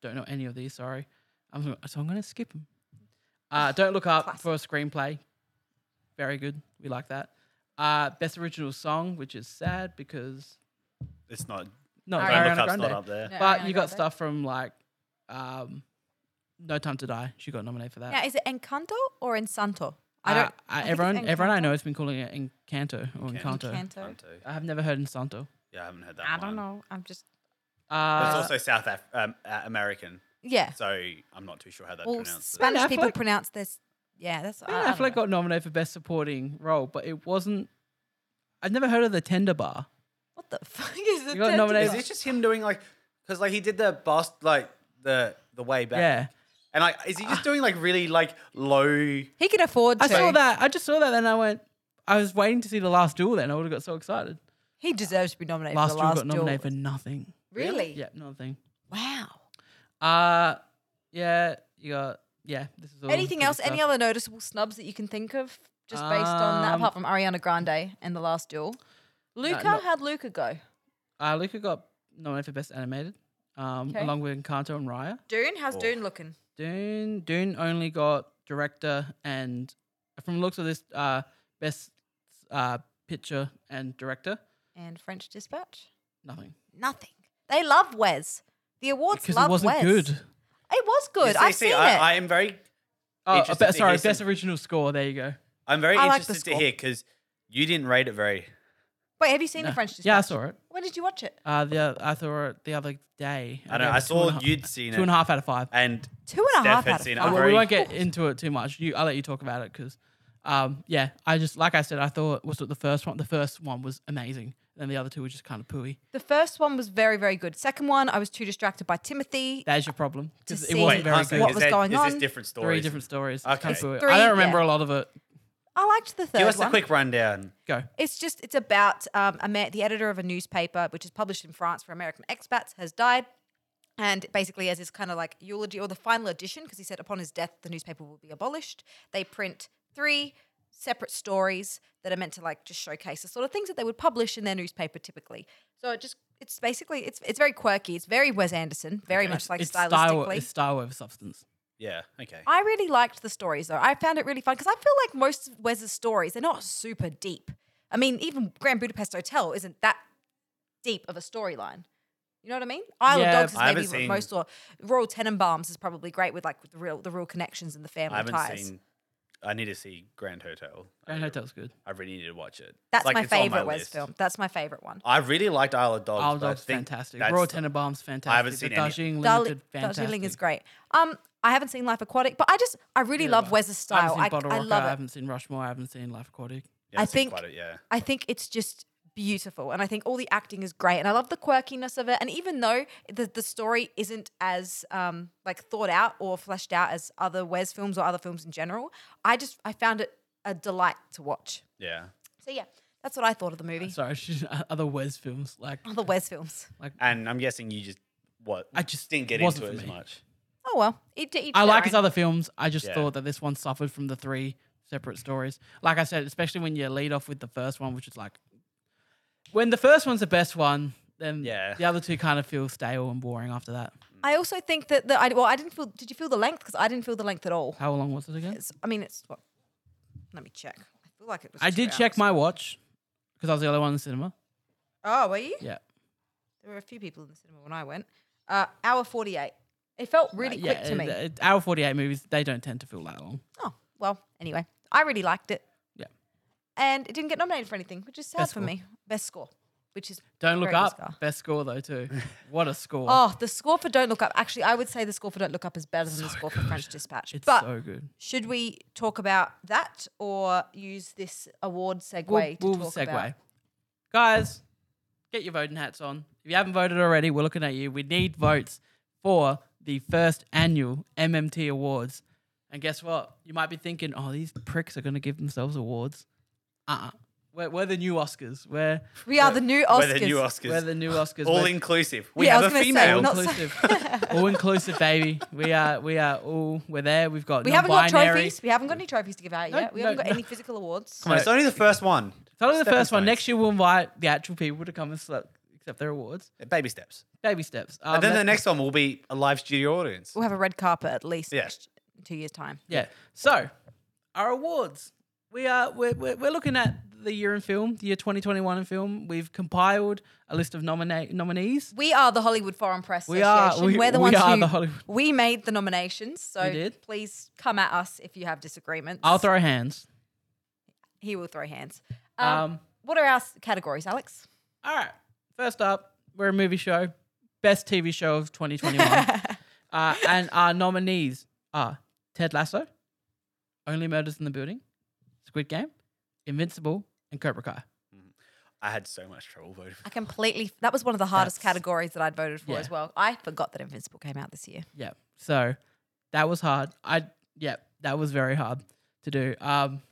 Speaker 1: don't know any of these. Sorry. I'm, so I'm going to skip them.
Speaker 2: Ah,
Speaker 1: Uh, don't look up for a screenplay. Very good. We like that. Uh, best original song, which is sad because
Speaker 3: It's not.
Speaker 1: no,
Speaker 2: Ariana
Speaker 3: Don't
Speaker 1: Ariana
Speaker 3: look up's
Speaker 1: Grande.
Speaker 3: not up there.
Speaker 2: Yeah,
Speaker 1: But
Speaker 2: Ariana
Speaker 1: you got
Speaker 2: Grande.
Speaker 1: stuff from like um, No Time to Die. She got nominated for that.
Speaker 2: Now is it Encanto or Encanto? I
Speaker 1: I don't. I,
Speaker 2: don't. think it's
Speaker 1: Uh, everyone, everyone I
Speaker 2: Encanto.
Speaker 1: know has been calling it Encanto or Encanto.
Speaker 2: Encanto.
Speaker 3: Canto.
Speaker 1: I have never heard Encanto.
Speaker 3: Yeah, I haven't heard that.
Speaker 2: I
Speaker 3: one.
Speaker 2: don't know. I'm just
Speaker 3: But it's
Speaker 1: Uh,
Speaker 3: also South Af- um, uh, American,
Speaker 2: yeah.
Speaker 3: so I'm not too sure how that's
Speaker 2: Well,
Speaker 3: pronounced.
Speaker 2: Spanish
Speaker 1: Ben
Speaker 2: people
Speaker 1: Affleck-
Speaker 2: pronounce this. Yeah, that's. I- I
Speaker 1: Ben
Speaker 2: don't
Speaker 1: Affleck
Speaker 2: know.
Speaker 1: got nominated for Best Supporting Role, but it wasn't. I've never heard of the Tender Bar.
Speaker 2: What the <laughs> fuck is it?
Speaker 1: got
Speaker 2: that-
Speaker 1: nominated-
Speaker 3: Is this just him doing like, because like he did the boss like the the way back.
Speaker 1: Yeah,
Speaker 3: And like, is he just doing like really like low?
Speaker 2: He can afford to.
Speaker 1: I saw that. I just saw that, and I went. I was waiting to see the Last Duel. Then I would have got so excited.
Speaker 2: He deserves to be nominated.
Speaker 1: Last
Speaker 2: for the
Speaker 1: Duel
Speaker 2: last
Speaker 1: got nominated
Speaker 2: Duel.
Speaker 1: for nothing.
Speaker 2: Really?
Speaker 1: Yeah, nothing.
Speaker 2: Wow.
Speaker 1: Uh yeah, you got yeah. This is all
Speaker 2: Anything
Speaker 1: good
Speaker 2: else?
Speaker 1: stuff.
Speaker 2: Any other noticeable snubs that you can think of, just based on that,
Speaker 1: Um,
Speaker 2: apart from Ariana Grande and The Last Duel? Luca,
Speaker 1: not-
Speaker 2: how'd Luca go?
Speaker 1: Uh, Luca got nominated for Best Animated, um,
Speaker 2: Okay.
Speaker 1: along with Encanto and Raya.
Speaker 2: Dune, how's
Speaker 3: Oh.
Speaker 2: Dune looking?
Speaker 1: Dune Dune only got director and from the looks of this uh best uh picture and director
Speaker 2: And French Dispatch?
Speaker 1: nothing
Speaker 2: Nothing. They love Wes. The awards
Speaker 1: because
Speaker 2: love
Speaker 1: it wasn't
Speaker 2: Wes.
Speaker 1: good.
Speaker 2: It was good.
Speaker 3: See,
Speaker 2: I've
Speaker 3: see,
Speaker 2: seen
Speaker 3: I,
Speaker 2: it.
Speaker 3: I am very.
Speaker 1: Oh,
Speaker 3: interested
Speaker 1: be-
Speaker 3: to
Speaker 1: sorry,
Speaker 3: hear some-
Speaker 1: best original score. There you go.
Speaker 3: I'm very
Speaker 2: I like the
Speaker 3: interested to
Speaker 2: score.
Speaker 3: hear because you didn't rate it very.
Speaker 2: Wait, have you seen the French Dispatch?
Speaker 1: yeah, I saw it.
Speaker 2: When did you watch it?
Speaker 1: Uh, the oth- I saw it the other day.
Speaker 3: I don't know.
Speaker 1: gave
Speaker 3: I
Speaker 1: it two
Speaker 3: saw
Speaker 1: and a half-
Speaker 3: you'd seen
Speaker 1: two and
Speaker 3: it,
Speaker 1: a half out of five. Oh,
Speaker 3: and
Speaker 2: Two and a
Speaker 3: Steph
Speaker 2: half
Speaker 3: had
Speaker 2: out of
Speaker 3: seen it.
Speaker 2: five.
Speaker 3: I'm
Speaker 1: Well,
Speaker 3: very-
Speaker 1: we won't get into it too much. You, I'll let you talk about it because, um, yeah, I just like I said, I thought was it the first one. The first one was amazing, and the other two were just kind of pooey.
Speaker 2: The first one was very, very good. Second one, I was too distracted by Timothy.
Speaker 1: That is your problem because
Speaker 2: To
Speaker 1: it
Speaker 2: see
Speaker 1: wasn't
Speaker 3: wait,
Speaker 1: very
Speaker 3: hang on a
Speaker 1: good.
Speaker 2: What
Speaker 3: second,
Speaker 2: was
Speaker 3: is there-
Speaker 2: going
Speaker 3: is
Speaker 2: on?
Speaker 3: this different stories?
Speaker 1: Three different stories. It's kind of
Speaker 3: Okay.
Speaker 1: pooey.
Speaker 2: Three,
Speaker 1: I don't remember
Speaker 2: yeah.
Speaker 1: a lot of it.
Speaker 2: I liked the third
Speaker 3: Give us
Speaker 2: one.
Speaker 3: a quick rundown.
Speaker 1: Go.
Speaker 2: It's just it's about um, a man, the editor of a newspaper which is published in France for American expats has died, and basically as his kind of like eulogy or the final edition because he said upon his death the newspaper will be abolished. They print three separate stories that are meant to like just showcase the sort of things that they would publish in their newspaper typically. So it just it's basically it's it's very quirky. It's very Wes Anderson, very much like
Speaker 1: it's Style,
Speaker 2: stylistically.
Speaker 1: it's style over substance.
Speaker 3: Yeah. Okay.
Speaker 2: I really liked the stories though. I found it really fun because I feel like most of Wes's stories, they're not super deep. I mean, even Grand Budapest Hotel isn't that deep of a storyline. You know what I mean? Isle
Speaker 1: Yeah,
Speaker 2: of Dogs is
Speaker 3: I haven't
Speaker 2: maybe
Speaker 3: seen-
Speaker 2: most or Royal Tenenbaums is probably great with like with the real the real connections and the family
Speaker 3: I haven't
Speaker 2: ties.
Speaker 3: seen. I need to see Grand Hotel.
Speaker 1: Grand
Speaker 3: I,
Speaker 1: Hotel's good.
Speaker 3: I really need to watch it. It's
Speaker 2: That's
Speaker 3: like-
Speaker 2: my
Speaker 3: it's on
Speaker 2: favorite Wes
Speaker 3: list.
Speaker 2: film. That's my favorite one.
Speaker 3: I really liked Isle of Dogs.
Speaker 1: Isle of
Speaker 3: but I
Speaker 1: Dogs,
Speaker 3: think
Speaker 1: fantastic.
Speaker 3: that's
Speaker 1: Royal
Speaker 3: the-
Speaker 1: Tenenbaums, fantastic.
Speaker 3: seen
Speaker 1: the
Speaker 3: any-
Speaker 1: Darjeeling
Speaker 2: Darling
Speaker 1: Limited, fantastic.
Speaker 2: is great. Um, I haven't seen Life Aquatic, but I just I really love Wes's
Speaker 1: I haven't
Speaker 2: style.
Speaker 1: seen
Speaker 2: I,
Speaker 1: Bottle
Speaker 2: I
Speaker 1: Rocket, I
Speaker 2: love it.
Speaker 1: haven't seen Rushmore. I haven't seen Life Aquatic.
Speaker 3: Yeah,
Speaker 2: I
Speaker 3: I've seen
Speaker 2: think-
Speaker 3: quite a- yeah.
Speaker 2: I think it's just beautiful. And I think all the acting is great. And I love the quirkiness of it. And even though the, the story isn't as um, like thought out or fleshed out as other Wes films or other films in general, I just I found it a delight to watch.
Speaker 3: Yeah.
Speaker 2: So yeah, that's what I thought of the movie.
Speaker 1: Sorry, <laughs> uh, other Wes films like
Speaker 2: Other Wes films.
Speaker 3: And I'm guessing you just what
Speaker 1: I just-
Speaker 3: didn't get
Speaker 1: wasn't
Speaker 3: into it
Speaker 1: for
Speaker 3: as
Speaker 1: me.
Speaker 3: much.
Speaker 2: Oh well. It, it,
Speaker 1: I like his other films. I just
Speaker 3: Yeah.
Speaker 1: thought that this one suffered from the three separate stories. Like I said, especially when you lead off with the first one, which is like when the first one's the best one, then
Speaker 3: Yeah.
Speaker 1: the other two kind of feel stale and boring after that.
Speaker 2: I also think that the I well I didn't feel did you feel the length? Because I didn't feel the length at all.
Speaker 1: How long was it again?
Speaker 2: It's, I mean it's what let me check. I feel like it was
Speaker 1: I
Speaker 2: two
Speaker 1: did check
Speaker 2: hours.
Speaker 1: my watch because I was the only one in the cinema.
Speaker 2: Oh, were you?
Speaker 1: Yeah.
Speaker 2: There were a few people in the cinema when I went. Uh, hour 48. It felt really
Speaker 1: yeah,
Speaker 2: quick to me.
Speaker 1: uh, uh, hour 48 movies, they don't tend to feel that long.
Speaker 2: oh, well, anyway, I really liked it.
Speaker 1: Yeah.
Speaker 2: And it didn't get nominated for anything, which is sad
Speaker 1: Best
Speaker 2: for
Speaker 1: score.
Speaker 2: me. Best score, which is.
Speaker 1: Don't look
Speaker 2: very good
Speaker 1: up.
Speaker 2: score.
Speaker 1: Best score, though, too. What a score.
Speaker 2: Oh, the score for Don't Look Up. Actually, I would say the score for Don't Look Up is better than the score for French Dispatch.
Speaker 1: it's
Speaker 2: but
Speaker 1: so good.
Speaker 2: should we talk about that or use this award segue
Speaker 1: We'll,
Speaker 2: to
Speaker 1: we'll
Speaker 2: talk
Speaker 1: segue.
Speaker 2: about?
Speaker 1: Guys, get your voting hats on. If you haven't voted already, we're looking at you. We need votes for the first annual MMT Awards. And guess what? You might be thinking, oh, these pricks are going to give themselves awards. Uh uh-uh. We're, we're the new Oscars. We're,
Speaker 2: We are the new Oscars.
Speaker 3: Where the new Oscars.
Speaker 1: we're the new Oscars.
Speaker 3: all
Speaker 1: We're-
Speaker 3: inclusive. We
Speaker 2: Yeah, I
Speaker 3: have
Speaker 2: was
Speaker 3: a
Speaker 2: gonna say,
Speaker 1: all
Speaker 2: we're
Speaker 3: female.
Speaker 2: not-
Speaker 1: inclusive.
Speaker 2: <laughs>
Speaker 1: all inclusive, baby. We are we are all we're there. We've got
Speaker 2: we haven't got trophies. We haven't got any trophies to give out yet. We
Speaker 1: no,
Speaker 2: haven't got
Speaker 1: no.
Speaker 2: any physical awards.
Speaker 3: Come on, it's only the first one.
Speaker 1: It's only the
Speaker 3: Stepping
Speaker 1: first one.
Speaker 3: stones.
Speaker 1: Next year we'll invite the actual people to come and select, accept their awards.
Speaker 3: Baby steps.
Speaker 1: Baby steps. Um,
Speaker 3: And then the
Speaker 1: that's-
Speaker 3: next one will be a live studio audience.
Speaker 2: We'll have a red carpet at least
Speaker 3: Yeah.
Speaker 2: next- in two years' time.
Speaker 1: Yeah. So our awards. We are we're, we're, we're looking at the year in film, the year 2021 in film. We've compiled a list of nomina- nominees.
Speaker 2: We are the Hollywood Foreign Press
Speaker 1: We are-
Speaker 2: Association.
Speaker 1: we-
Speaker 2: are the
Speaker 1: we
Speaker 2: ones
Speaker 1: are
Speaker 2: who
Speaker 1: the Hollywood-
Speaker 2: we made the nominations. So
Speaker 1: We did.
Speaker 2: please come at us if you have disagreements.
Speaker 1: I'll throw hands.
Speaker 2: he will throw hands. Um,
Speaker 1: Um,
Speaker 2: what are our s- categories, Alex?
Speaker 1: all right. First up, we're a movie show. Best TV show of 2021. uh, and our nominees are Ted Lasso, Only Murders in the Building, Squid Game, Invincible, and Cobra Kai.
Speaker 3: I had so much trouble voting.
Speaker 2: I completely that was one of the hardest
Speaker 1: That's-
Speaker 2: categories that I'd voted for
Speaker 1: Yeah.
Speaker 2: as well. I forgot that Invincible came out this year.
Speaker 1: Yeah. So that was hard. I yeah, that was very hard to do. Um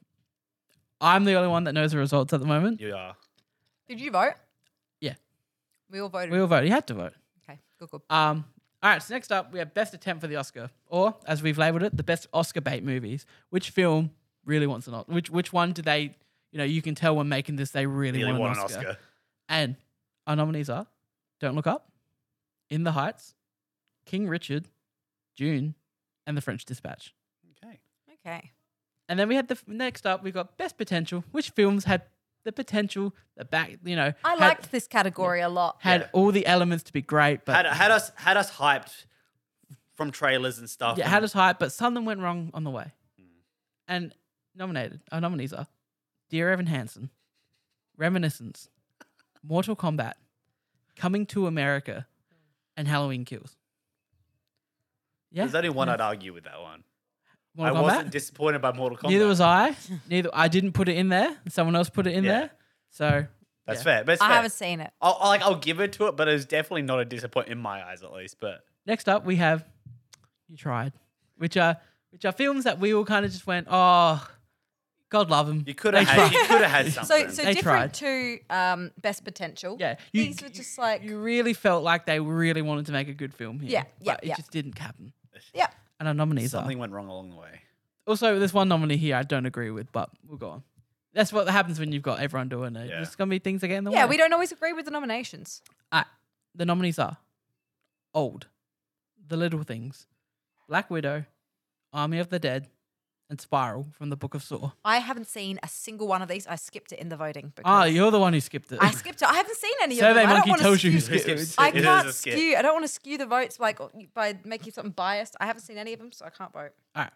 Speaker 1: I'm the only one that knows the results at the moment.
Speaker 3: You are.
Speaker 2: Did you vote?
Speaker 1: Yeah.
Speaker 2: We all voted.
Speaker 1: We all voted. You had to vote.
Speaker 2: okay. Good, good.
Speaker 1: Um all right, so next up we have best attempt for the Oscar. Or as we've labeled it, the best Oscar bait movies. Which film really wants an Oscar? Which which one do they you know, you can tell when making this they really,
Speaker 3: Really
Speaker 1: want,
Speaker 3: want
Speaker 1: an Oscar. And our nominees are Don't Look Up, In the Heights, King Richard, June, and The French Dispatch.
Speaker 3: Okay.
Speaker 2: Okay.
Speaker 1: And then we had the f- next up. We got best potential. Which films had the potential? The back, you know,
Speaker 2: I
Speaker 1: had,
Speaker 2: liked this category a lot.
Speaker 1: had
Speaker 3: yeah.
Speaker 1: all the elements to be great, but
Speaker 3: Had, had us had us hyped from trailers and stuff.
Speaker 1: yeah,
Speaker 3: and
Speaker 1: had us hype. But something went wrong on the way.
Speaker 3: Hmm.
Speaker 1: And nominated, our nominees are Dear Evan Hansen, Reminiscence, Mortal Kombat, Coming to America, and Halloween Kills. Yeah.
Speaker 3: There's only one I'd argue with that one.
Speaker 1: Mortal
Speaker 3: I
Speaker 1: Kombat?
Speaker 3: wasn't disappointed by Mortal Kombat.
Speaker 1: Neither was I. Neither I didn't put it in there. Someone else put it in
Speaker 3: Yeah.
Speaker 1: there. So
Speaker 3: That's
Speaker 1: yeah.
Speaker 3: fair. But it's
Speaker 2: I
Speaker 3: fair.
Speaker 2: haven't seen it.
Speaker 3: I'll, I'll- like, I'll give it to it, but it's definitely not a disappointment in my eyes, at least. But
Speaker 1: Next up, we have "You Tried," which are which are films that we all kind of just went, "Oh, God love them."
Speaker 3: you could have had, you could have
Speaker 2: <laughs>
Speaker 3: had
Speaker 2: So,
Speaker 3: something.
Speaker 2: so
Speaker 1: They
Speaker 2: different to um, Best Potential.
Speaker 1: yeah, you,
Speaker 2: These were just like,
Speaker 1: you really felt like they really wanted to make a good film here.
Speaker 2: Yeah, yeah,
Speaker 1: but it
Speaker 2: yeah.
Speaker 1: just didn't happen.
Speaker 2: yeah.
Speaker 1: And our nominees
Speaker 3: something
Speaker 1: are
Speaker 3: went wrong along the way.
Speaker 1: also there's one nominee here I don't agree with, but we'll go on. That's what happens when you've got everyone doing it.
Speaker 3: Yeah.
Speaker 1: There's gonna be things that get in the
Speaker 2: Yeah,
Speaker 1: way.
Speaker 2: we don't always agree with the nominations.
Speaker 1: Alright, the nominees are Old, The Little Things, Black Widow, Army of the Dead, and Spiral from the Book of Saw.
Speaker 2: I haven't seen a single one of these. I skipped it in the voting.
Speaker 1: Ah,
Speaker 2: because
Speaker 1: you're the one who skipped it.
Speaker 2: I skipped it. I haven't seen any of
Speaker 1: Survey
Speaker 2: them. I don't
Speaker 1: Monkey
Speaker 2: wanna
Speaker 1: tells you who
Speaker 2: skew-
Speaker 1: skipped
Speaker 3: It's-
Speaker 1: it.
Speaker 2: <laughs> I
Speaker 3: It is
Speaker 2: can't
Speaker 3: a skip.
Speaker 2: skew. I don't want to skew the votes like oh, by making something biased. I haven't seen any of them, so I can't vote.
Speaker 1: All right.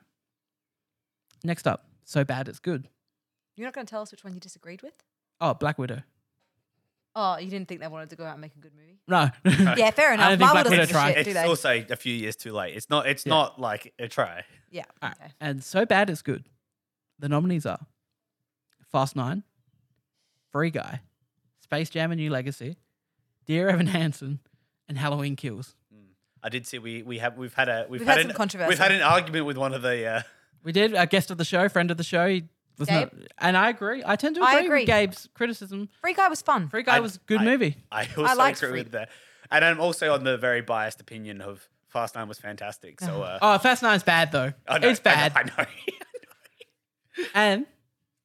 Speaker 1: Next up, so bad it's good.
Speaker 2: You're not going to tell us which one you disagreed with?
Speaker 1: Oh, Black Widow.
Speaker 2: Oh, you didn't think they wanted to go out and make a good movie?
Speaker 1: No.
Speaker 2: Yeah, fair
Speaker 1: I don't think
Speaker 2: enough. Marvel
Speaker 1: Black Widow
Speaker 2: doesn't give a
Speaker 1: tried.
Speaker 2: shit, do
Speaker 3: It's
Speaker 2: they?
Speaker 3: also a few years too late. It's not. It's
Speaker 1: Yeah.
Speaker 3: not like a try.
Speaker 2: yeah.
Speaker 1: All right.
Speaker 2: Okay.
Speaker 1: And so bad it's good. The nominees are Fast Nine, Free Guy, Space Jam: A New Legacy, Dear Evan Hansen, and Halloween Kills.
Speaker 3: I did see we we have we've had a we've,
Speaker 2: We've
Speaker 3: had,
Speaker 2: had
Speaker 3: an,
Speaker 2: some controversy.
Speaker 3: We've had an argument with one of the. Uh,
Speaker 1: We did a guest of the show, friend of the show. He was
Speaker 2: Gabe?
Speaker 1: not, and I agree. I tend to
Speaker 2: I
Speaker 1: agree,
Speaker 2: agree.
Speaker 1: with Gabe's criticism.
Speaker 2: Free Guy was fun.
Speaker 1: Free Guy
Speaker 3: I-
Speaker 1: was a good
Speaker 3: I-
Speaker 1: movie.
Speaker 3: I also
Speaker 2: liked
Speaker 3: agree
Speaker 2: Free-
Speaker 3: with that, and I'm also on the very biased opinion of Fast Nine was
Speaker 2: <sighs>
Speaker 3: fantastic. So uh,
Speaker 1: Oh, Fast Nine's bad though.
Speaker 3: I know,
Speaker 1: it's bad.
Speaker 3: I know. I know. <laughs>
Speaker 1: And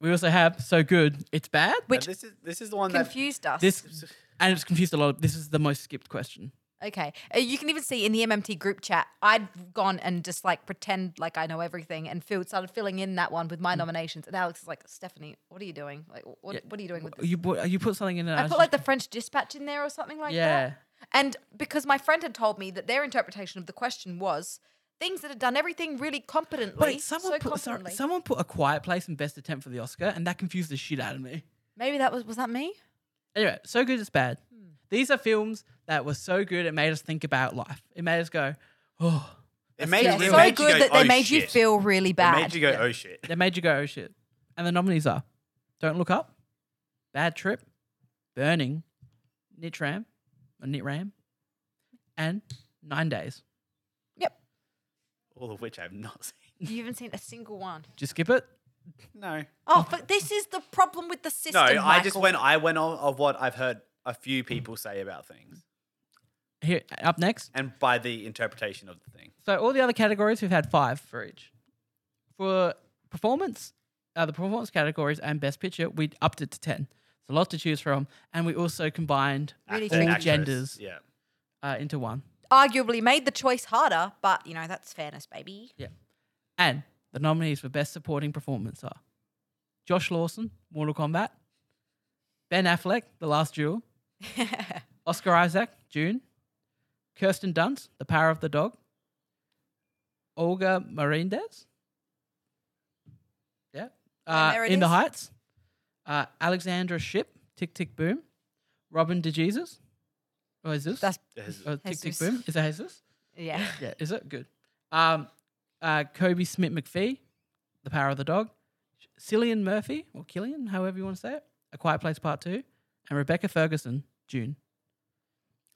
Speaker 1: we also have so good it's bad.
Speaker 2: Which
Speaker 3: this is this is the one that
Speaker 2: confused us.
Speaker 1: This and it's confused a lot. Of, this is the most skipped question.
Speaker 2: Okay. Uh, you can even see in the MMT group chat, I'd gone and just like pretend like I know everything and filled, started filling in that one with my nominations. And Alex is like, Stephanie, what are you doing? Like, wh- what,
Speaker 1: Yeah.
Speaker 2: what are you doing with this?
Speaker 1: You put, you put something in it.
Speaker 2: I put like the French dispatch in there or something like
Speaker 1: Yeah.
Speaker 2: that. And because my friend had told me that their interpretation of the question was things that had done everything really competently.
Speaker 1: Wait, someone
Speaker 2: so
Speaker 1: put sorry,
Speaker 2: competently.
Speaker 1: someone put a quiet place in best attempt for the Oscar, and that confused the shit out of me.
Speaker 2: Maybe that was, was that me?
Speaker 1: Anyway, so good it's bad. These are films that were so good it made us think about life. It made us go, oh.
Speaker 3: it made,
Speaker 2: yeah,
Speaker 3: it
Speaker 2: so
Speaker 3: made
Speaker 2: good
Speaker 3: you go,
Speaker 2: that they
Speaker 3: "Oh,
Speaker 2: made you
Speaker 3: shit."
Speaker 2: feel really
Speaker 3: It
Speaker 2: bad.
Speaker 3: made you go oh shit.
Speaker 1: They made you go, oh shit. And the nominees are Don't Look Up, Bad Trip, Burning, Nitram, or Nitram, and Nine Days.
Speaker 2: Yep.
Speaker 3: All of which I've not <laughs> seen.
Speaker 2: You haven't seen a single one.
Speaker 1: Just skip it.
Speaker 3: No.
Speaker 2: Oh, but this is the problem with the
Speaker 3: No,
Speaker 2: system.
Speaker 3: I just
Speaker 2: Michael.
Speaker 3: went. I went on of what I've heard a few people say about things,
Speaker 1: Here, up next.
Speaker 3: and by the interpretation of the thing.
Speaker 1: So all the other categories we've had five for each. For performance, uh, the performance categories and best picture, we upped it to ten. So lots to choose from, and we also combined
Speaker 2: Really
Speaker 1: all
Speaker 2: tricky.
Speaker 3: actress,
Speaker 1: genders
Speaker 3: Yeah.
Speaker 1: uh, into one.
Speaker 2: arguably made the choice harder, but you know, that's fairness, baby.
Speaker 1: And the nominees for best supporting performance are Josh Lawson, Mortal Kombat, Ben Affleck, The Last
Speaker 2: <laughs>
Speaker 1: Duel, Oscar Isaac, June, Kirsten Dunst, The Power of the Dog, Olga Marindes, yeah, uh,
Speaker 2: there it
Speaker 1: In the
Speaker 2: is.
Speaker 1: Heights, uh, Alexandra Ship, Tick Tick Boom, Robin DeJesus, or is this?
Speaker 2: That's
Speaker 3: There's-
Speaker 1: or Tick Tick
Speaker 2: Jesus.
Speaker 1: Boom. Is that Jesus?
Speaker 2: yeah.
Speaker 1: Yeah, is it good? Um, uh, Kobe Smith McPhee, The Power of the Dog, Cillian Murphy or Killian, however you want to say it, A Quiet Place Part Two, and Rebecca Ferguson, June.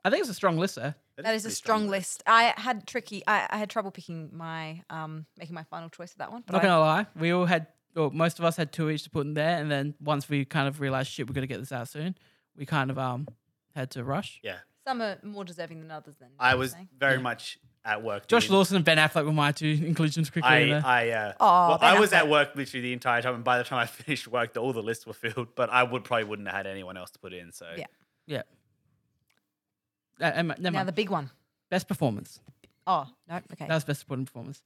Speaker 1: I think it's a strong list there.
Speaker 2: That is a
Speaker 3: pretty
Speaker 2: strong list. I had tricky I, I had trouble picking my um making my final choice of that one.
Speaker 1: not
Speaker 2: But I,
Speaker 1: gonna lie, we all had, well, most of us had two each to put in there, and then once we kind of realized shit, we're gonna get this out soon, we kind of um had to rush.
Speaker 3: Yeah.
Speaker 2: some are more deserving than others then.
Speaker 3: I
Speaker 2: you're
Speaker 3: was
Speaker 2: saying?
Speaker 3: very much at work.
Speaker 1: Josh
Speaker 3: the-
Speaker 1: Lawson and Ben Affleck were my two <laughs> inclusions quickly. in
Speaker 3: I,
Speaker 1: there.
Speaker 3: I, uh,
Speaker 2: Aw,
Speaker 3: well,
Speaker 2: Ben
Speaker 3: I was at
Speaker 2: Affleck.
Speaker 3: work literally the entire time, and by the time I <laughs> finished work, the, all the lists were filled. But I would probably wouldn't have had anyone else to put in. So
Speaker 2: Yeah.
Speaker 1: yeah. Uh, and, never
Speaker 2: now
Speaker 1: mind.
Speaker 2: the big one.
Speaker 1: Best performance.
Speaker 2: Oh, no, okay.
Speaker 1: That was best supporting performance.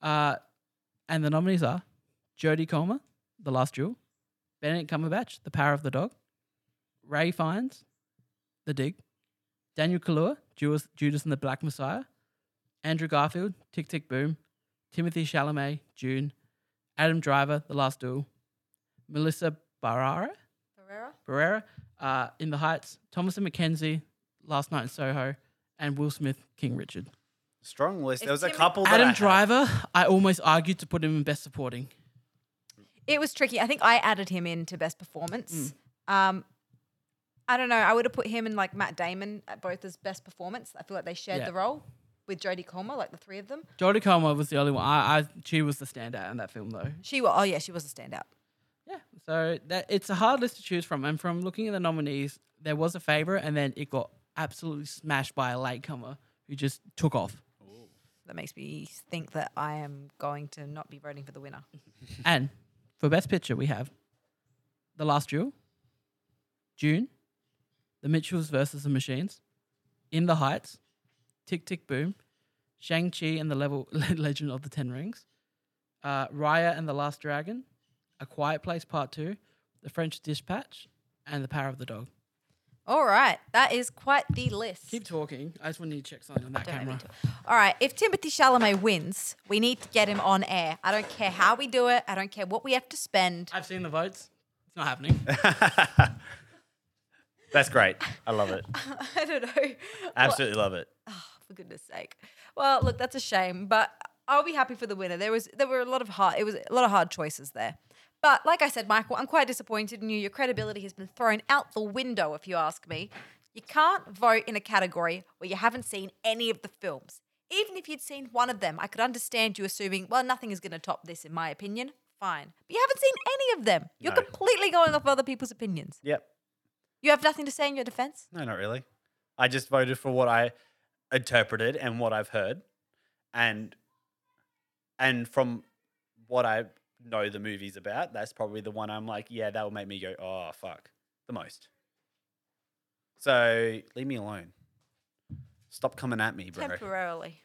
Speaker 1: Uh, and the nominees are Jodie Comer, The Last Duel, Benedict Cumberbatch, The Power of the Dog, Ray Fiennes, The Dig, Daniel Kaluuya, Judas, Judas and the Black Messiah, Andrew Garfield, Tick Tick Boom, Timothy Chalamet, June, Adam Driver, The Last Duel, Melissa Barrera,
Speaker 2: Herrera?
Speaker 1: Barrera, uh, In the Heights, Thomas and Mackenzie, Last Night in Soho, and Will Smith, King Richard.
Speaker 3: Strong list.
Speaker 2: If
Speaker 3: There was a
Speaker 2: Tim-
Speaker 3: couple. that I
Speaker 1: Adam
Speaker 3: had.
Speaker 1: Driver, I almost argued to put him in Best Supporting.
Speaker 2: It was tricky. I think I added him in to best performance.
Speaker 1: Mm.
Speaker 2: Um, I don't know. I would have put him and like Matt Damon at both as best performance. I feel like they shared
Speaker 1: Yeah.
Speaker 2: the role with Jodie Comer, like the three of them.
Speaker 1: Jodie Comer was the only one. I, I she was the standout in that film though.
Speaker 2: She was. Oh yeah, she was a standout.
Speaker 1: Yeah. So that it's a hard list to choose from. And from looking at the nominees, there was a favorite, and then it got absolutely smashed by a latecomer who just took off.
Speaker 2: That makes me think that I am going to not be voting for the winner.
Speaker 1: and for best picture, we have The Last Duel, June, The Mitchells versus the Machines, In the Heights, Tick Tick Boom, Shang Chi and the Level <laughs> Legend of the Ten Rings, uh, Raya and the Last Dragon, A Quiet Place Part Two, The French Dispatch, and The Power of the Dog.
Speaker 2: All right, that is quite the list.
Speaker 1: Keep talking. I just want you to check something on that
Speaker 2: Don't make me
Speaker 1: camera.
Speaker 2: do it. All right, if Timothy Chalamet wins, we need to get him on air. I don't care how we do it. I don't care what we have to spend. <laughs>
Speaker 1: I've seen the votes. It's not happening.
Speaker 3: <laughs>
Speaker 1: <laughs>
Speaker 3: That's great. I
Speaker 2: <laughs>
Speaker 3: love it.
Speaker 2: I don't know.
Speaker 3: Absolutely love it.
Speaker 2: for goodness sake. Well, look, that's a shame, but I'll be happy for the winner. There was there were a lot of hard it was a lot of hard choices there. But like I said, Michael, I'm quite disappointed in you. Your credibility has been thrown out the window, if you ask me. You can't vote in a category where you haven't seen any of the films. Even if you'd seen one of them, I could understand you assuming, well, nothing is going to top this, in my opinion. Fine. But you haven't seen any of them. You're
Speaker 3: No.
Speaker 2: completely going off other people's opinions.
Speaker 3: Yep.
Speaker 2: You have nothing to say in your defense?
Speaker 3: No, not really. I just voted for what I interpreted and what I've heard, and and from what I know the movie's about, that's probably the one I'm like, yeah, that will make me go, oh fuck, the most. So leave me alone. Stop coming at me, bro.
Speaker 2: Temporarily.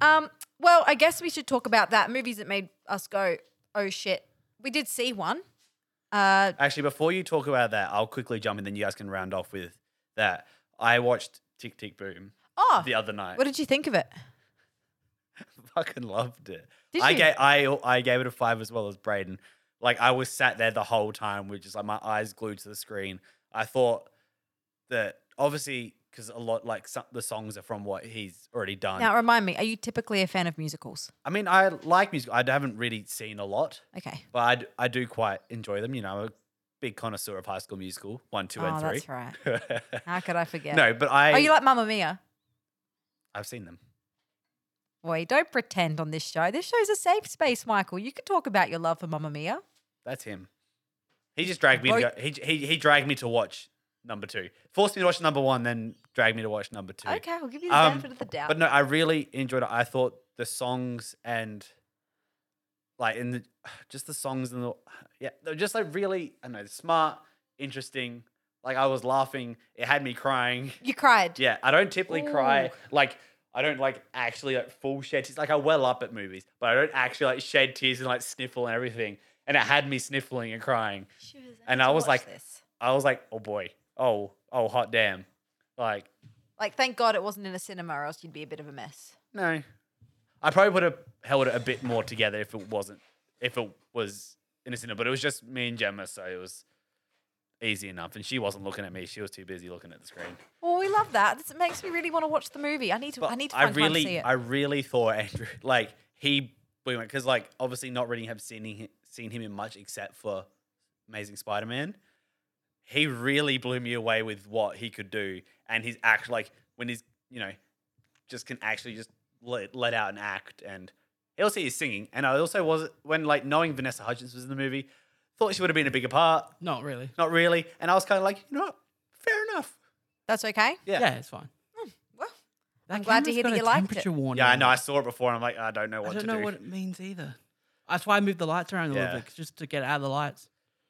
Speaker 2: Um, well, I guess we should talk about that. Movies that made us go, oh shit. We did see one. Uh,
Speaker 3: Actually, before you talk about that, I'll quickly jump in, then you guys can round off with that. I watched Tick Tick Boom
Speaker 2: oh,
Speaker 3: the other night.
Speaker 2: what did you think of it?
Speaker 3: fucking loved it.
Speaker 2: Did
Speaker 3: I
Speaker 2: you?
Speaker 3: gave I I gave it a five as well as Braden. Like I was sat there the whole time with just like my eyes glued to the screen. I thought that obviously because a lot like some, the songs are from what he's already done.
Speaker 2: Now, remind me, are you typically a fan of musicals?
Speaker 3: I mean, I like music. I haven't really seen a lot,
Speaker 2: Okay.
Speaker 3: but I, d- I do quite enjoy them. You know, I'm a big connoisseur of High School Musical one, two,
Speaker 2: oh,
Speaker 3: and three.
Speaker 2: that's right.
Speaker 3: <laughs>
Speaker 2: How could I forget?
Speaker 3: No, but I
Speaker 2: Oh, you like Mamma Mia?
Speaker 3: I've seen them.
Speaker 2: Boy, don't pretend on this show. This show's a safe space, Michael. You could talk about your love for Mamma Mia.
Speaker 3: That's him. He just dragged me. To go,
Speaker 2: Both-
Speaker 3: he, he he dragged me to watch number two. Forced me to watch number one, then dragged me to watch number two.
Speaker 2: Okay, I'll give you the
Speaker 3: Um,
Speaker 2: benefit of the doubt.
Speaker 3: But no, I really enjoyed it. I thought the songs and like in the <sighs> just the songs and the <sighs> yeah, they're just like really I don't know smart, interesting. Like I was laughing. It had me crying. <laughs>
Speaker 2: you cried.
Speaker 3: Yeah, I don't typically cry.
Speaker 2: Ooh.
Speaker 3: Like I don't like actually like full shed tears. Like I well up at movies, but I don't actually like shed tears and like sniffle and everything. And it had me sniffling and crying.
Speaker 2: She was
Speaker 3: And
Speaker 2: out
Speaker 3: I
Speaker 2: to
Speaker 3: was
Speaker 2: watch
Speaker 3: like-
Speaker 2: this.
Speaker 3: I was like, oh boy, oh oh hot damn, like
Speaker 2: like, thank God it wasn't in a cinema, or else you'd be a bit of a mess.
Speaker 3: no. I probably would have held it a bit more together if it wasn't if it was in a cinema, but it was just me and Gemma, so it was easy enough. And she wasn't looking at me; she was too busy looking at the screen.
Speaker 2: Well, Oh, we love that. This makes me really want to watch the movie. I need to. I need to find time to
Speaker 3: really,
Speaker 2: see it.
Speaker 3: I really thought Andrew, <laughs> like he blew because like obviously not really have seen him, seen him in much except for Amazing Spider-Man. He really blew me away with what he could do, and he's act like when he's you know just can actually just let, let out and act, and also he's singing. And I also was when like knowing Vanessa Hudgens was in the movie, thought she would have been a bigger part,
Speaker 1: Not really.
Speaker 3: not really, and I was kind of like, you know, what? fair enough.
Speaker 2: That's okay.
Speaker 1: Yeah,
Speaker 3: Yeah.
Speaker 1: it's fine.
Speaker 2: Well,
Speaker 1: That
Speaker 2: I'm glad to
Speaker 1: camera's
Speaker 2: hear
Speaker 1: got
Speaker 2: that
Speaker 1: a
Speaker 2: you liked it.
Speaker 1: temperature warning.
Speaker 3: Yeah, I
Speaker 1: on
Speaker 3: know.
Speaker 1: it.
Speaker 3: I saw it before, and I'm like, I don't know what
Speaker 1: I don't
Speaker 3: to
Speaker 1: know
Speaker 3: do.
Speaker 1: what it means either. That's why I moved the lights around a
Speaker 3: Yeah.
Speaker 1: little bit, 'cause just to get out of the lights.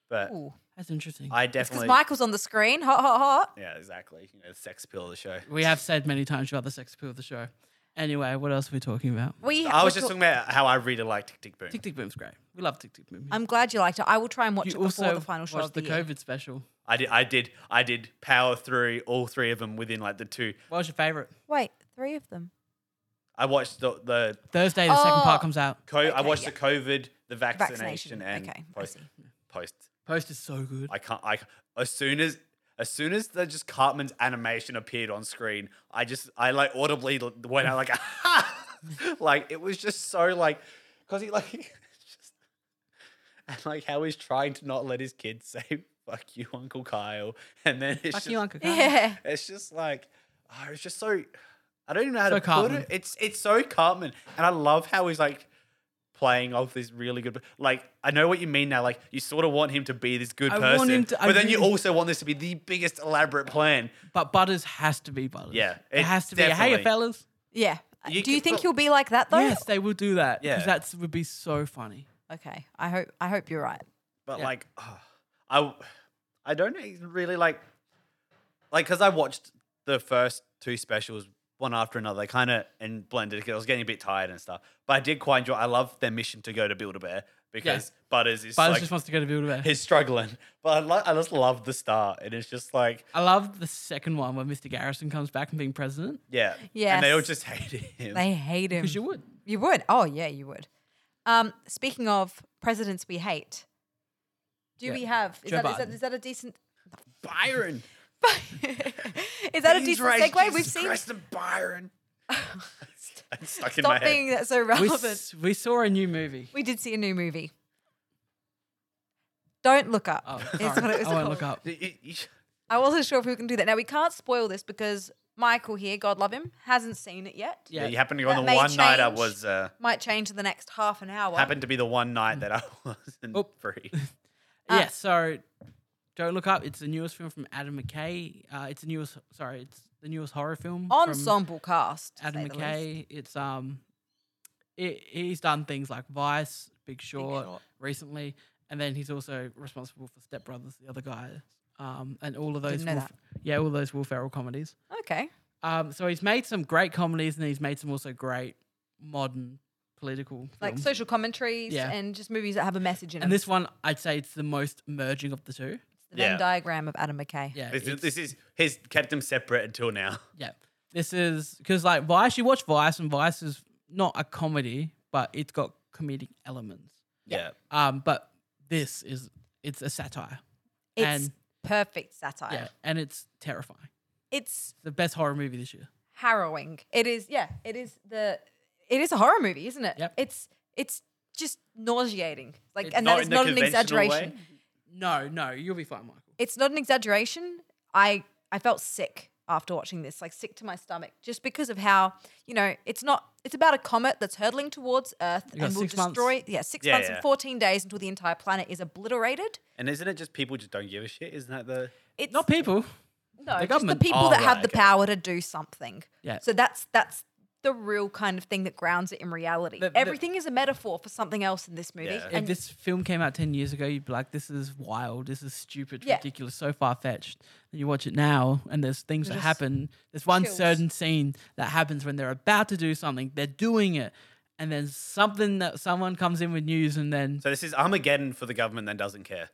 Speaker 3: but
Speaker 2: ooh,
Speaker 1: That's interesting.
Speaker 3: I
Speaker 2: because
Speaker 3: definitely.
Speaker 2: Michael's on the screen. Hot, hot, hot.
Speaker 3: yeah, exactly. You know, the sex appeal of the show.
Speaker 1: we have said many times about the sex appeal of the show. Anyway, what else are we talking about?
Speaker 2: We. we'll
Speaker 3: I was just
Speaker 2: talk-
Speaker 3: talking about how I really like Tick Tick Boom.
Speaker 1: Tick Tick Boom's great. We love Tick Tick Boom. here.
Speaker 2: I'm glad you liked it. I will try and watch
Speaker 1: you
Speaker 2: it
Speaker 1: also
Speaker 2: before the final show
Speaker 1: watched
Speaker 2: of the,
Speaker 1: the
Speaker 2: year.
Speaker 1: COVID special.
Speaker 3: I did, I did, I did power through all three of them within like the two.
Speaker 1: What was your favorite?
Speaker 2: Wait, three
Speaker 3: <laughs>
Speaker 2: of them.
Speaker 3: I watched the the
Speaker 1: Thursday, the second
Speaker 2: Oh.
Speaker 1: part comes out.
Speaker 3: co- I
Speaker 2: Okay,
Speaker 3: watched
Speaker 2: yeah.
Speaker 3: the COVID the vaccination,
Speaker 2: Vaccination,
Speaker 3: and
Speaker 2: okay, I
Speaker 3: post,
Speaker 2: see.
Speaker 3: post.
Speaker 1: Post is so good.
Speaker 3: I can't. I as soon as as soon as the just Cartman's animation appeared on screen, I just I like audibly l- went out like <laughs> "Ah!" like it was just so like because he like <laughs> just and like how he's trying to not let his kids say "fuck you, Uncle Kyle," and then it's
Speaker 1: Fuck
Speaker 3: just,
Speaker 1: you, Uncle Kyle.
Speaker 2: Yeah.
Speaker 3: it's just like oh, it's just so I don't even know how
Speaker 1: So
Speaker 3: to
Speaker 1: Cartman.
Speaker 3: put it. It's it's so Cartman, and I love how he's like playing off this really good. Like I know what you mean now. Like you sort of want him to be this good
Speaker 1: I want
Speaker 3: person,
Speaker 1: him to- I
Speaker 3: but then you
Speaker 1: really-
Speaker 3: also want this to be the biggest elaborate plan.
Speaker 1: But Butters has to be Butters.
Speaker 3: Yeah,
Speaker 1: It,
Speaker 3: it
Speaker 1: has to be. Hey,
Speaker 3: definitely-
Speaker 1: fellas.
Speaker 2: Yeah.
Speaker 3: You
Speaker 2: Do you
Speaker 3: could
Speaker 2: think
Speaker 3: put-
Speaker 2: he'll be like that though?
Speaker 1: Yes, they will do that.
Speaker 3: Yeah.
Speaker 1: Because that would be so funny.
Speaker 2: Okay. I hope I hope you're right.
Speaker 3: But
Speaker 1: Yeah.
Speaker 3: like, ah, I I don't even really like like because I watched the first two specials one after another, kind of and blended because I was getting a bit tired and stuff. But I did quite enjoy. I love their mission to go to Build a Bear because Butters is
Speaker 1: Butters
Speaker 3: like,
Speaker 1: just wants to go to Build a Bear.
Speaker 3: he's struggling. But I, lo- I just love the start, and it's just like,
Speaker 1: I love the second one where Mr. Garrison comes back and being president.
Speaker 3: yeah, and they all
Speaker 2: Yes.
Speaker 3: just hate him.
Speaker 2: They hate him.
Speaker 1: Because you would.
Speaker 2: You would. Oh yeah, you would. Um, speaking of presidents we hate, do
Speaker 1: Yeah.
Speaker 2: we have is
Speaker 1: Joe
Speaker 2: that, is that
Speaker 1: Biden.
Speaker 2: is that a decent <laughs>
Speaker 3: Byron,
Speaker 2: is that a
Speaker 3: He's
Speaker 2: decent
Speaker 3: right,
Speaker 2: segue?
Speaker 3: Jesus
Speaker 2: We've seen
Speaker 3: Christ
Speaker 2: <laughs>
Speaker 3: and Byron. It's stuck in my
Speaker 2: stop
Speaker 3: head.
Speaker 2: being that so
Speaker 1: We,
Speaker 2: relevant.
Speaker 1: s- we saw a new movie.
Speaker 2: We did see a new movie. Don't look up.
Speaker 1: Oh,
Speaker 2: is
Speaker 1: sorry.
Speaker 2: what it was
Speaker 1: I won't
Speaker 2: called.
Speaker 1: look up.
Speaker 3: Y- y- y-
Speaker 2: I wasn't sure if we can do that. Now we can't spoil this because Michael here, God love him, hasn't seen it yet.
Speaker 1: Yeah.
Speaker 3: you happened to go
Speaker 2: That
Speaker 3: on the
Speaker 2: may
Speaker 3: one night I
Speaker 2: change.
Speaker 3: was. Uh,
Speaker 2: Might change in the next half an hour.
Speaker 3: happened to be the one night that I <laughs> wasn't
Speaker 1: Mm. Oop. <laughs>
Speaker 3: free.
Speaker 2: Ah.
Speaker 1: yeah, so don't look up. It's the newest film from Adam McKay. Uh, it's the newest, sorry, it's the newest horror film. from
Speaker 2: Ensemble cast. to
Speaker 1: Adam
Speaker 2: say the least.
Speaker 1: McKay. It's um, it, he's done things like Vice, Big Short,
Speaker 2: Short.
Speaker 1: recently, and then he's also responsible for Step Brothers, the other guy, um, and all of those.
Speaker 2: Didn't know
Speaker 1: Will, Yeah, all those Will Ferrell comedies.
Speaker 2: Okay.
Speaker 1: Um, so he's made some great comedies, and he's made some also great modern political
Speaker 2: Like
Speaker 1: films.
Speaker 2: social commentaries
Speaker 1: Yeah.
Speaker 2: and just movies that have a message in
Speaker 1: And
Speaker 2: them.
Speaker 1: this one, I'd say it's the most merging of the two.
Speaker 2: the Venn
Speaker 3: Yeah.
Speaker 2: diagram of Adam McKay.
Speaker 1: Yeah,
Speaker 3: This,
Speaker 1: it's-
Speaker 3: is- this is he's kept them separate until now.
Speaker 1: Yeah. This is because like Vice, you watch Vice, and Vice is not a comedy, but it's got comedic elements.
Speaker 3: Yeah,
Speaker 1: Um, but this is it's a satire.
Speaker 2: It's
Speaker 1: And-
Speaker 2: perfect satire.
Speaker 1: Yeah, and it's terrifying.
Speaker 2: It's
Speaker 1: It's the best horror movie this year.
Speaker 2: harrowing. It is. Yeah. It is the. It is a horror movie, isn't it?
Speaker 1: Yep.
Speaker 2: It's it's just nauseating. Like,
Speaker 1: It's
Speaker 2: and
Speaker 3: not
Speaker 2: that is
Speaker 3: in the
Speaker 2: not an
Speaker 3: conventional way.
Speaker 2: exaggeration.
Speaker 1: No, no, you'll be fine, Michael.
Speaker 2: It's not an exaggeration. I I felt sick after watching this, like sick to my stomach, just because of how you know it's not. It's about a comet that's hurtling towards Earth
Speaker 1: got
Speaker 2: and will
Speaker 1: six months.
Speaker 2: destroy. Yeah, six
Speaker 3: Yeah,
Speaker 2: months
Speaker 3: yeah.
Speaker 2: and fourteen days until the entire planet is obliterated.
Speaker 3: and isn't it just people just don't give a shit? Isn't that the
Speaker 2: It's
Speaker 1: Not people.
Speaker 2: No,
Speaker 1: The
Speaker 2: just the
Speaker 1: government.
Speaker 2: people
Speaker 3: Oh,
Speaker 2: that
Speaker 3: right,
Speaker 2: have the
Speaker 3: okay.
Speaker 2: power to do something.
Speaker 1: Yeah.
Speaker 2: So that's that's the real kind of thing that grounds it in reality.
Speaker 1: The- the-
Speaker 2: Everything is a metaphor for something else in this movie.
Speaker 3: Yeah.
Speaker 1: If
Speaker 2: And
Speaker 1: this film came out ten years ago, you'd be like, "This is wild. This is stupid,
Speaker 2: Yeah.
Speaker 1: ridiculous, so far fetched." And you watch it now, and there's things that
Speaker 2: just
Speaker 1: happen. There's one
Speaker 2: chills.
Speaker 1: certain scene that happens when they're about to do something. They're doing it, and then something that someone comes in with news, and then
Speaker 3: so this is Armageddon for the government that doesn't care?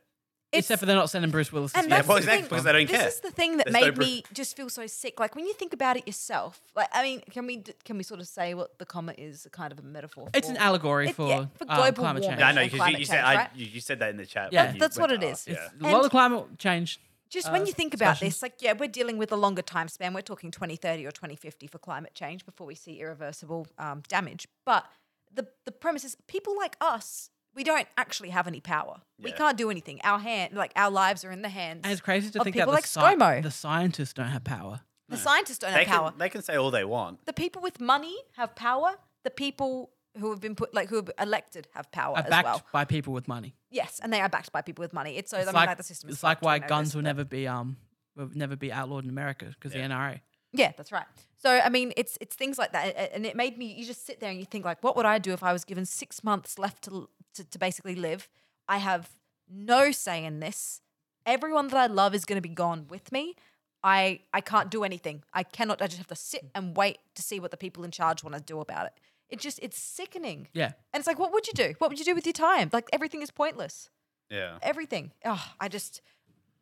Speaker 2: it's,
Speaker 1: except for they're not sending Bruce Willis. to
Speaker 2: and
Speaker 1: jail.
Speaker 2: that's
Speaker 3: well,
Speaker 2: the
Speaker 3: exactly,
Speaker 2: thing.
Speaker 3: because they don't
Speaker 2: this
Speaker 3: care.
Speaker 2: is the thing that
Speaker 3: There's no
Speaker 2: made
Speaker 3: proof.
Speaker 2: me just feel so sick. Like when you think about it yourself, like I mean, can we d- can we sort of say what the comet is kind of a metaphor? For?
Speaker 1: it's an allegory
Speaker 2: It-
Speaker 1: for,
Speaker 2: yeah, for
Speaker 1: um,
Speaker 2: global
Speaker 1: climate change.
Speaker 2: warming.
Speaker 3: Yeah, I know
Speaker 2: on
Speaker 3: because you,
Speaker 2: climate
Speaker 3: you said
Speaker 2: change,
Speaker 3: I,
Speaker 2: right?
Speaker 3: you, you said that in the chat.
Speaker 1: Yeah.
Speaker 3: when you
Speaker 2: That's
Speaker 3: went
Speaker 2: what it
Speaker 3: to
Speaker 2: is.
Speaker 3: ask, Yeah.
Speaker 1: It's A lot
Speaker 2: And-
Speaker 1: of climate change.
Speaker 2: Just
Speaker 1: uh,
Speaker 2: when you think about
Speaker 1: discussions.
Speaker 2: this, like, yeah, we're dealing with a longer time span. We're talking 2030 or 2050 for climate change before we see irreversible um, damage. But the, the premise is people like us, we don't actually have any power. We
Speaker 3: Yeah.
Speaker 2: can't do anything. Our hand, like, our lives are in the hands.
Speaker 1: And it's crazy to
Speaker 2: of
Speaker 1: think that
Speaker 2: people
Speaker 1: the,
Speaker 2: like
Speaker 1: sci-
Speaker 2: ScoMo.
Speaker 1: the scientists don't have power.
Speaker 2: the scientists don't
Speaker 3: They
Speaker 2: have power.
Speaker 3: can they can say all they want.
Speaker 2: The people with money have power. The people who have been put, like, who have elected have power
Speaker 1: Are
Speaker 2: as
Speaker 1: backed
Speaker 2: well.
Speaker 1: by people with money.
Speaker 2: Yes, and they are backed by people with money. It's so, I mean, like, the system is
Speaker 1: it's like
Speaker 2: fucked, we
Speaker 1: why
Speaker 2: know
Speaker 1: guns
Speaker 2: this,
Speaker 1: will
Speaker 2: but-
Speaker 1: never be um will never be outlawed in America because the NRA.
Speaker 2: Yeah, that's right. So I mean, it's it's things like that, a- and it made me. You just sit there and you think like, what would I do if I was given six months left to to, to basically live? I have no say in this. Everyone that I love is going to be gone with me. I I can't do anything. I cannot. I just have to sit and wait to see what the people in charge want to do about it. It just it's sickening.
Speaker 1: Yeah,
Speaker 2: And it's like, what would you do? What would you do with your time? Like everything is pointless.
Speaker 3: Yeah.
Speaker 2: Everything. Oh, I just,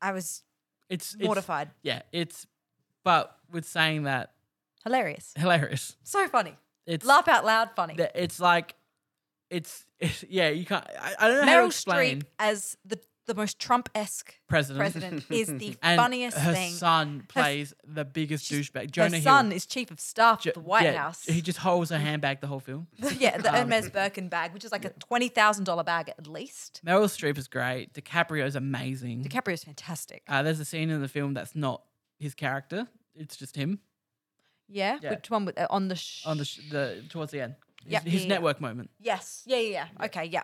Speaker 2: I was
Speaker 1: it's it's-
Speaker 2: mortified.
Speaker 1: yeah, it's but with saying that <laughs>
Speaker 2: Hilarious.
Speaker 1: hilarious.
Speaker 2: So funny.
Speaker 1: It's
Speaker 2: Laugh out loud funny.
Speaker 1: th- it's like it's, <laughs> it's yeah, you can't. I, I don't know how to
Speaker 2: Meryl
Speaker 1: explain
Speaker 2: Streep as the the most Trump esque
Speaker 1: president.
Speaker 2: president is the
Speaker 1: <laughs> and
Speaker 2: funniest
Speaker 1: her
Speaker 2: thing.
Speaker 1: son plays the biggest
Speaker 2: She's-
Speaker 1: douchebag. Jonah
Speaker 2: her
Speaker 1: Hill.
Speaker 2: son is chief of staff
Speaker 1: Jo-
Speaker 2: at the White
Speaker 1: yeah,
Speaker 2: House.
Speaker 1: He Um, just holds her handbag the whole film.
Speaker 2: <laughs>
Speaker 1: <laughs>
Speaker 2: yeah, the Hermes Birkin bag, which is like a twenty thousand dollar bag at least.
Speaker 1: Meryl Streep is great. DiCaprio's amazing.
Speaker 2: DiCaprio's fantastic.
Speaker 1: Uh, there's a scene in the film that's not his character. It's just him
Speaker 2: Yeah,
Speaker 1: yeah.
Speaker 2: which one with, uh, on the sh-
Speaker 1: on the sh- the towards the end. His,
Speaker 2: Yep,
Speaker 1: his
Speaker 2: yeah, yeah.
Speaker 1: network moment.
Speaker 2: Yes. Yeah, yeah, yeah. Okay, yeah.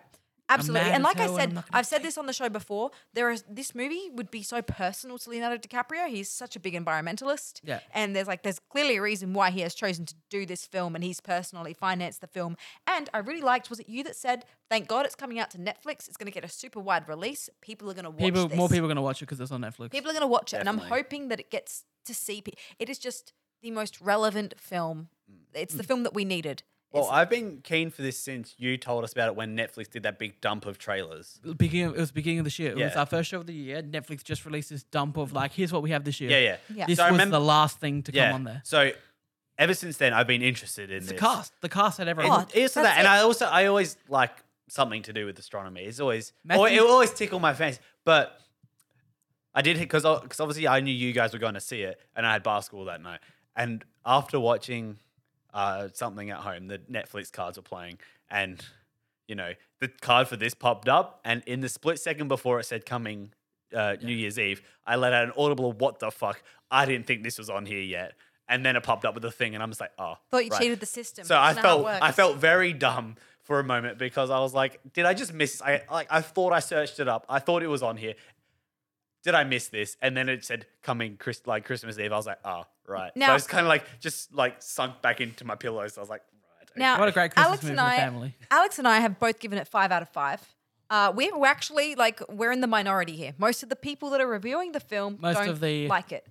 Speaker 2: Absolutely.
Speaker 1: mad
Speaker 2: And
Speaker 1: as
Speaker 2: like I
Speaker 1: hell and I'm
Speaker 2: said,
Speaker 1: not gonna
Speaker 2: I've said this on the show before, there is this movie would be so personal to Leonardo DiCaprio. He's such a big environmentalist.
Speaker 1: Yeah.
Speaker 2: And there's like there's clearly a reason why he has chosen to do this film and he's personally financed the film. And I really liked was it you that said, "Thank God it's coming out to Netflix. It's going to get a super wide release. People are going to watch
Speaker 1: People,
Speaker 2: this.
Speaker 1: more people are gonna watch it because it's on Netflix.
Speaker 2: People are going to watch it, and I'm
Speaker 3: Definitely.
Speaker 2: hoping that it gets to see. Pe- it is just the most relevant film.
Speaker 1: Mm.
Speaker 2: It's the film that we needed.
Speaker 3: Well,
Speaker 2: It's-
Speaker 3: I've been keen for this since you told us about it when Netflix did that big dump of trailers.
Speaker 1: beginning of- it was beginning of this year. It was
Speaker 3: Yeah.
Speaker 1: our first show of the year. Netflix just released this dump of like, here's what we have this year.
Speaker 3: Yeah, yeah.
Speaker 2: Yeah.
Speaker 1: This
Speaker 3: So I
Speaker 1: was
Speaker 3: remember-
Speaker 1: the last thing to
Speaker 3: Yeah.
Speaker 1: come on there.
Speaker 3: So ever since then, I've been interested in
Speaker 1: It's the
Speaker 3: this.
Speaker 1: cast. The cast had everyone.
Speaker 2: Oh,
Speaker 3: And it's
Speaker 2: that's
Speaker 3: that, and
Speaker 2: it.
Speaker 3: I also I always like something to do with astronomy. It's always
Speaker 1: Matthew-
Speaker 3: or it will always tickle my fancy. But I did because because obviously I knew you guys were going to see it, and I had basketball that night. And after watching uh, something at home, the Netflix cards were playing, and you know the card for this popped up, and in the split second before it said coming. Uh, New Year's Eve, I let out an audible "What the fuck!" I didn't think this was on here yet, and then it popped up with the thing, and I'm just like, "Oh,
Speaker 2: Thought you
Speaker 3: right.
Speaker 2: cheated the system.
Speaker 3: So I
Speaker 2: Isn't that how it
Speaker 3: felt I
Speaker 2: works?
Speaker 3: felt very dumb for a moment because I was like, did I just miss? I like I thought I searched it up. I thought it was on here. Did I miss this? And then it said coming Chris like Christmas Eve. I was like, oh right. so
Speaker 2: Now-
Speaker 3: I was kind of like just like sunk back into my pillows. I was like, right. okay.
Speaker 2: Now,
Speaker 1: What a great Christmas
Speaker 2: Alex
Speaker 1: movie
Speaker 2: and
Speaker 1: for
Speaker 2: I,
Speaker 1: family.
Speaker 2: Alex and I have both given it five out of five. Uh, we're, we're actually like we're in the minority here. Most of the people that are reviewing the film
Speaker 1: Most
Speaker 2: don't
Speaker 1: of the-
Speaker 2: like it.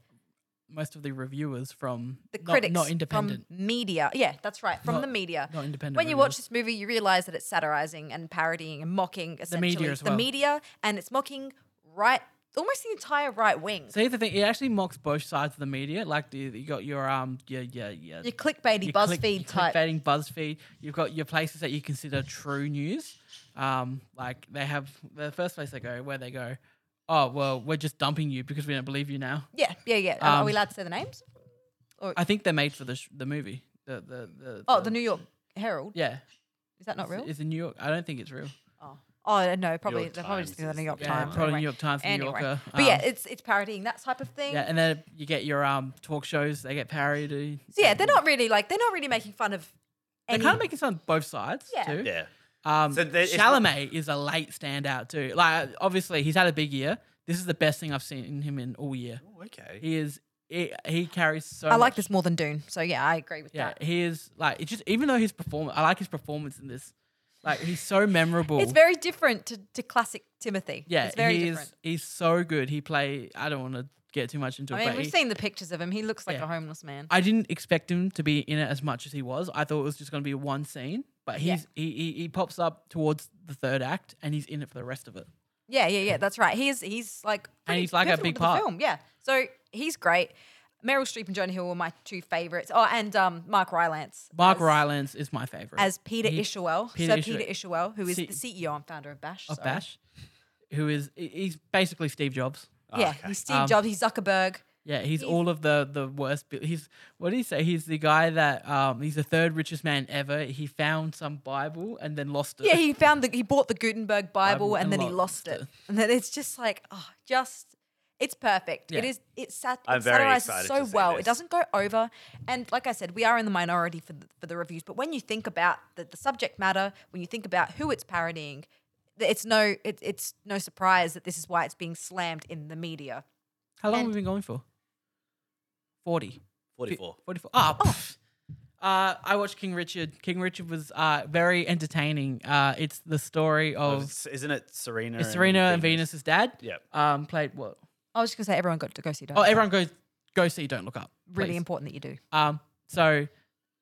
Speaker 1: Most of the reviewers from
Speaker 2: The
Speaker 1: not-
Speaker 2: critics,
Speaker 1: not independent.
Speaker 2: from media. Yeah, that's right, from
Speaker 1: Not-
Speaker 2: the media.
Speaker 1: not independent
Speaker 2: When you watch
Speaker 1: reviews.
Speaker 2: this movie, you realize that it's satirizing and parodying and mocking essentially
Speaker 1: media as well.
Speaker 2: media, and it's mocking right, almost the entire right wing.
Speaker 1: See the thing, it actually mocks both sides of the media. Like you, you got your um, yeah, yeah, yeah.
Speaker 2: your clickbaity
Speaker 1: your
Speaker 2: BuzzFeed
Speaker 1: click- your
Speaker 2: type.
Speaker 1: clickbaiting BuzzFeed. You've got your places that you consider true news. Um, like they have the first place they go where they go. Oh well, we're just dumping you because we don't believe you now.
Speaker 2: Yeah, yeah, yeah. are
Speaker 1: Um,
Speaker 2: we allowed to say the names?
Speaker 1: I think they're made for the sh- the movie. The the the.
Speaker 2: Oh, the New York Herald.
Speaker 1: yeah.
Speaker 2: Is that not real?
Speaker 1: It's in New York. I don't think it's real.
Speaker 2: Oh, oh no, probably
Speaker 3: York
Speaker 2: they're probably just
Speaker 3: Times
Speaker 2: thinking of the
Speaker 3: is-
Speaker 2: New York
Speaker 1: Yeah,
Speaker 2: Times.
Speaker 1: probably
Speaker 2: anyway.
Speaker 1: New York Times, New
Speaker 2: Anyway.
Speaker 1: Yorker.
Speaker 2: But yeah,
Speaker 1: um,
Speaker 2: it's it's parodying that type of thing.
Speaker 1: yeah, and then you get your um talk shows. They get parody.
Speaker 2: so yeah, they're not really like they're not really making fun of.
Speaker 1: They're
Speaker 2: Any,
Speaker 1: kind of making some on both sides
Speaker 2: Yeah.
Speaker 1: too.
Speaker 3: yeah.
Speaker 1: Um,
Speaker 3: So there- it's-
Speaker 1: Chalamet is a late standout too. Like obviously he's had a big year. This is the best thing I've seen him in all year.
Speaker 3: Oh, okay.
Speaker 1: He is he, he carries so.
Speaker 2: I like
Speaker 1: much-
Speaker 2: this more than Dune, so yeah, I agree with
Speaker 1: Yeah,
Speaker 2: that.
Speaker 1: he is like it's just even though his performance, I like his performance in this. Like he's so memorable.
Speaker 2: It's very different to, to classic Timothy.
Speaker 1: yeah.
Speaker 2: it's very
Speaker 1: he is-
Speaker 2: different.
Speaker 1: he's so good. He play. I don't want to get too much into
Speaker 2: I
Speaker 1: it.
Speaker 2: mean,
Speaker 1: but
Speaker 2: we've
Speaker 1: he-
Speaker 2: seen the pictures of him. He looks like
Speaker 1: Yeah.
Speaker 2: a homeless man.
Speaker 1: I didn't expect him to be in it as much as he was. I thought it was just going to be one scene, but
Speaker 2: Yeah.
Speaker 1: he's he, he he pops up towards the third act and he's in it for the rest of it.
Speaker 2: Yeah, yeah, yeah. That's right. He's he's like pretty
Speaker 1: he's like a
Speaker 2: pivotal
Speaker 1: big
Speaker 2: to
Speaker 1: part.
Speaker 2: The film. Yeah, so he's great. Meryl Streep and Jonah Hill were my two favorites. Oh, and um, Mark Rylance.
Speaker 1: Mark
Speaker 2: as-
Speaker 1: Rylance is my favorite
Speaker 2: as Peter
Speaker 1: He-
Speaker 2: Ishawell,
Speaker 1: Peter
Speaker 2: Sir
Speaker 1: Isherwood.
Speaker 2: Peter Ishawell, who is
Speaker 1: See-
Speaker 2: the CEO and founder of Bash.
Speaker 1: of
Speaker 2: sorry.
Speaker 1: Bash, who is he- he's basically Steve Jobs.
Speaker 2: Yeah, he's Steve
Speaker 1: Um,
Speaker 2: Jobs, he's Zuckerberg.
Speaker 1: Yeah, he's, all of the the worst. bi- He's what do you say? He's the guy that um he's the third richest man ever. He found some Bible and then lost it.
Speaker 2: Yeah, he found the he bought the Gutenberg Bible
Speaker 1: Bible
Speaker 2: and,
Speaker 1: and
Speaker 2: then he
Speaker 1: lo-
Speaker 2: lost it. And then it's just like, oh, just it's perfect. It
Speaker 1: Yeah.
Speaker 2: is it's sat
Speaker 3: I'm
Speaker 2: it
Speaker 3: very
Speaker 2: satirizes
Speaker 3: excited
Speaker 2: so
Speaker 3: to see
Speaker 2: well. It
Speaker 3: this.
Speaker 2: doesn't go over. And like I said, we are in the minority for the, for the reviews, but when you think about the, the subject matter, when you think about who it's parodying, th- it's no it, it's no surprise that this is why it's being slammed in the media.
Speaker 1: How long have
Speaker 2: and-
Speaker 1: we been going for? Forty.
Speaker 3: Forty-four.
Speaker 1: 44. Ah, pff. Uh, I watched King Richard. King Richard was uh, very entertaining. Uh, it's the story of
Speaker 3: Isn't it Serena?
Speaker 1: Oh. it's Serena and Venus's dad.
Speaker 3: Yep.
Speaker 1: Um, played what?
Speaker 2: I was just gonna say everyone got to go see Don't
Speaker 1: Oh,
Speaker 2: Look Up.
Speaker 1: everyone go go see. Don't look up.
Speaker 2: really
Speaker 1: please.
Speaker 2: important that you do.
Speaker 1: Um, so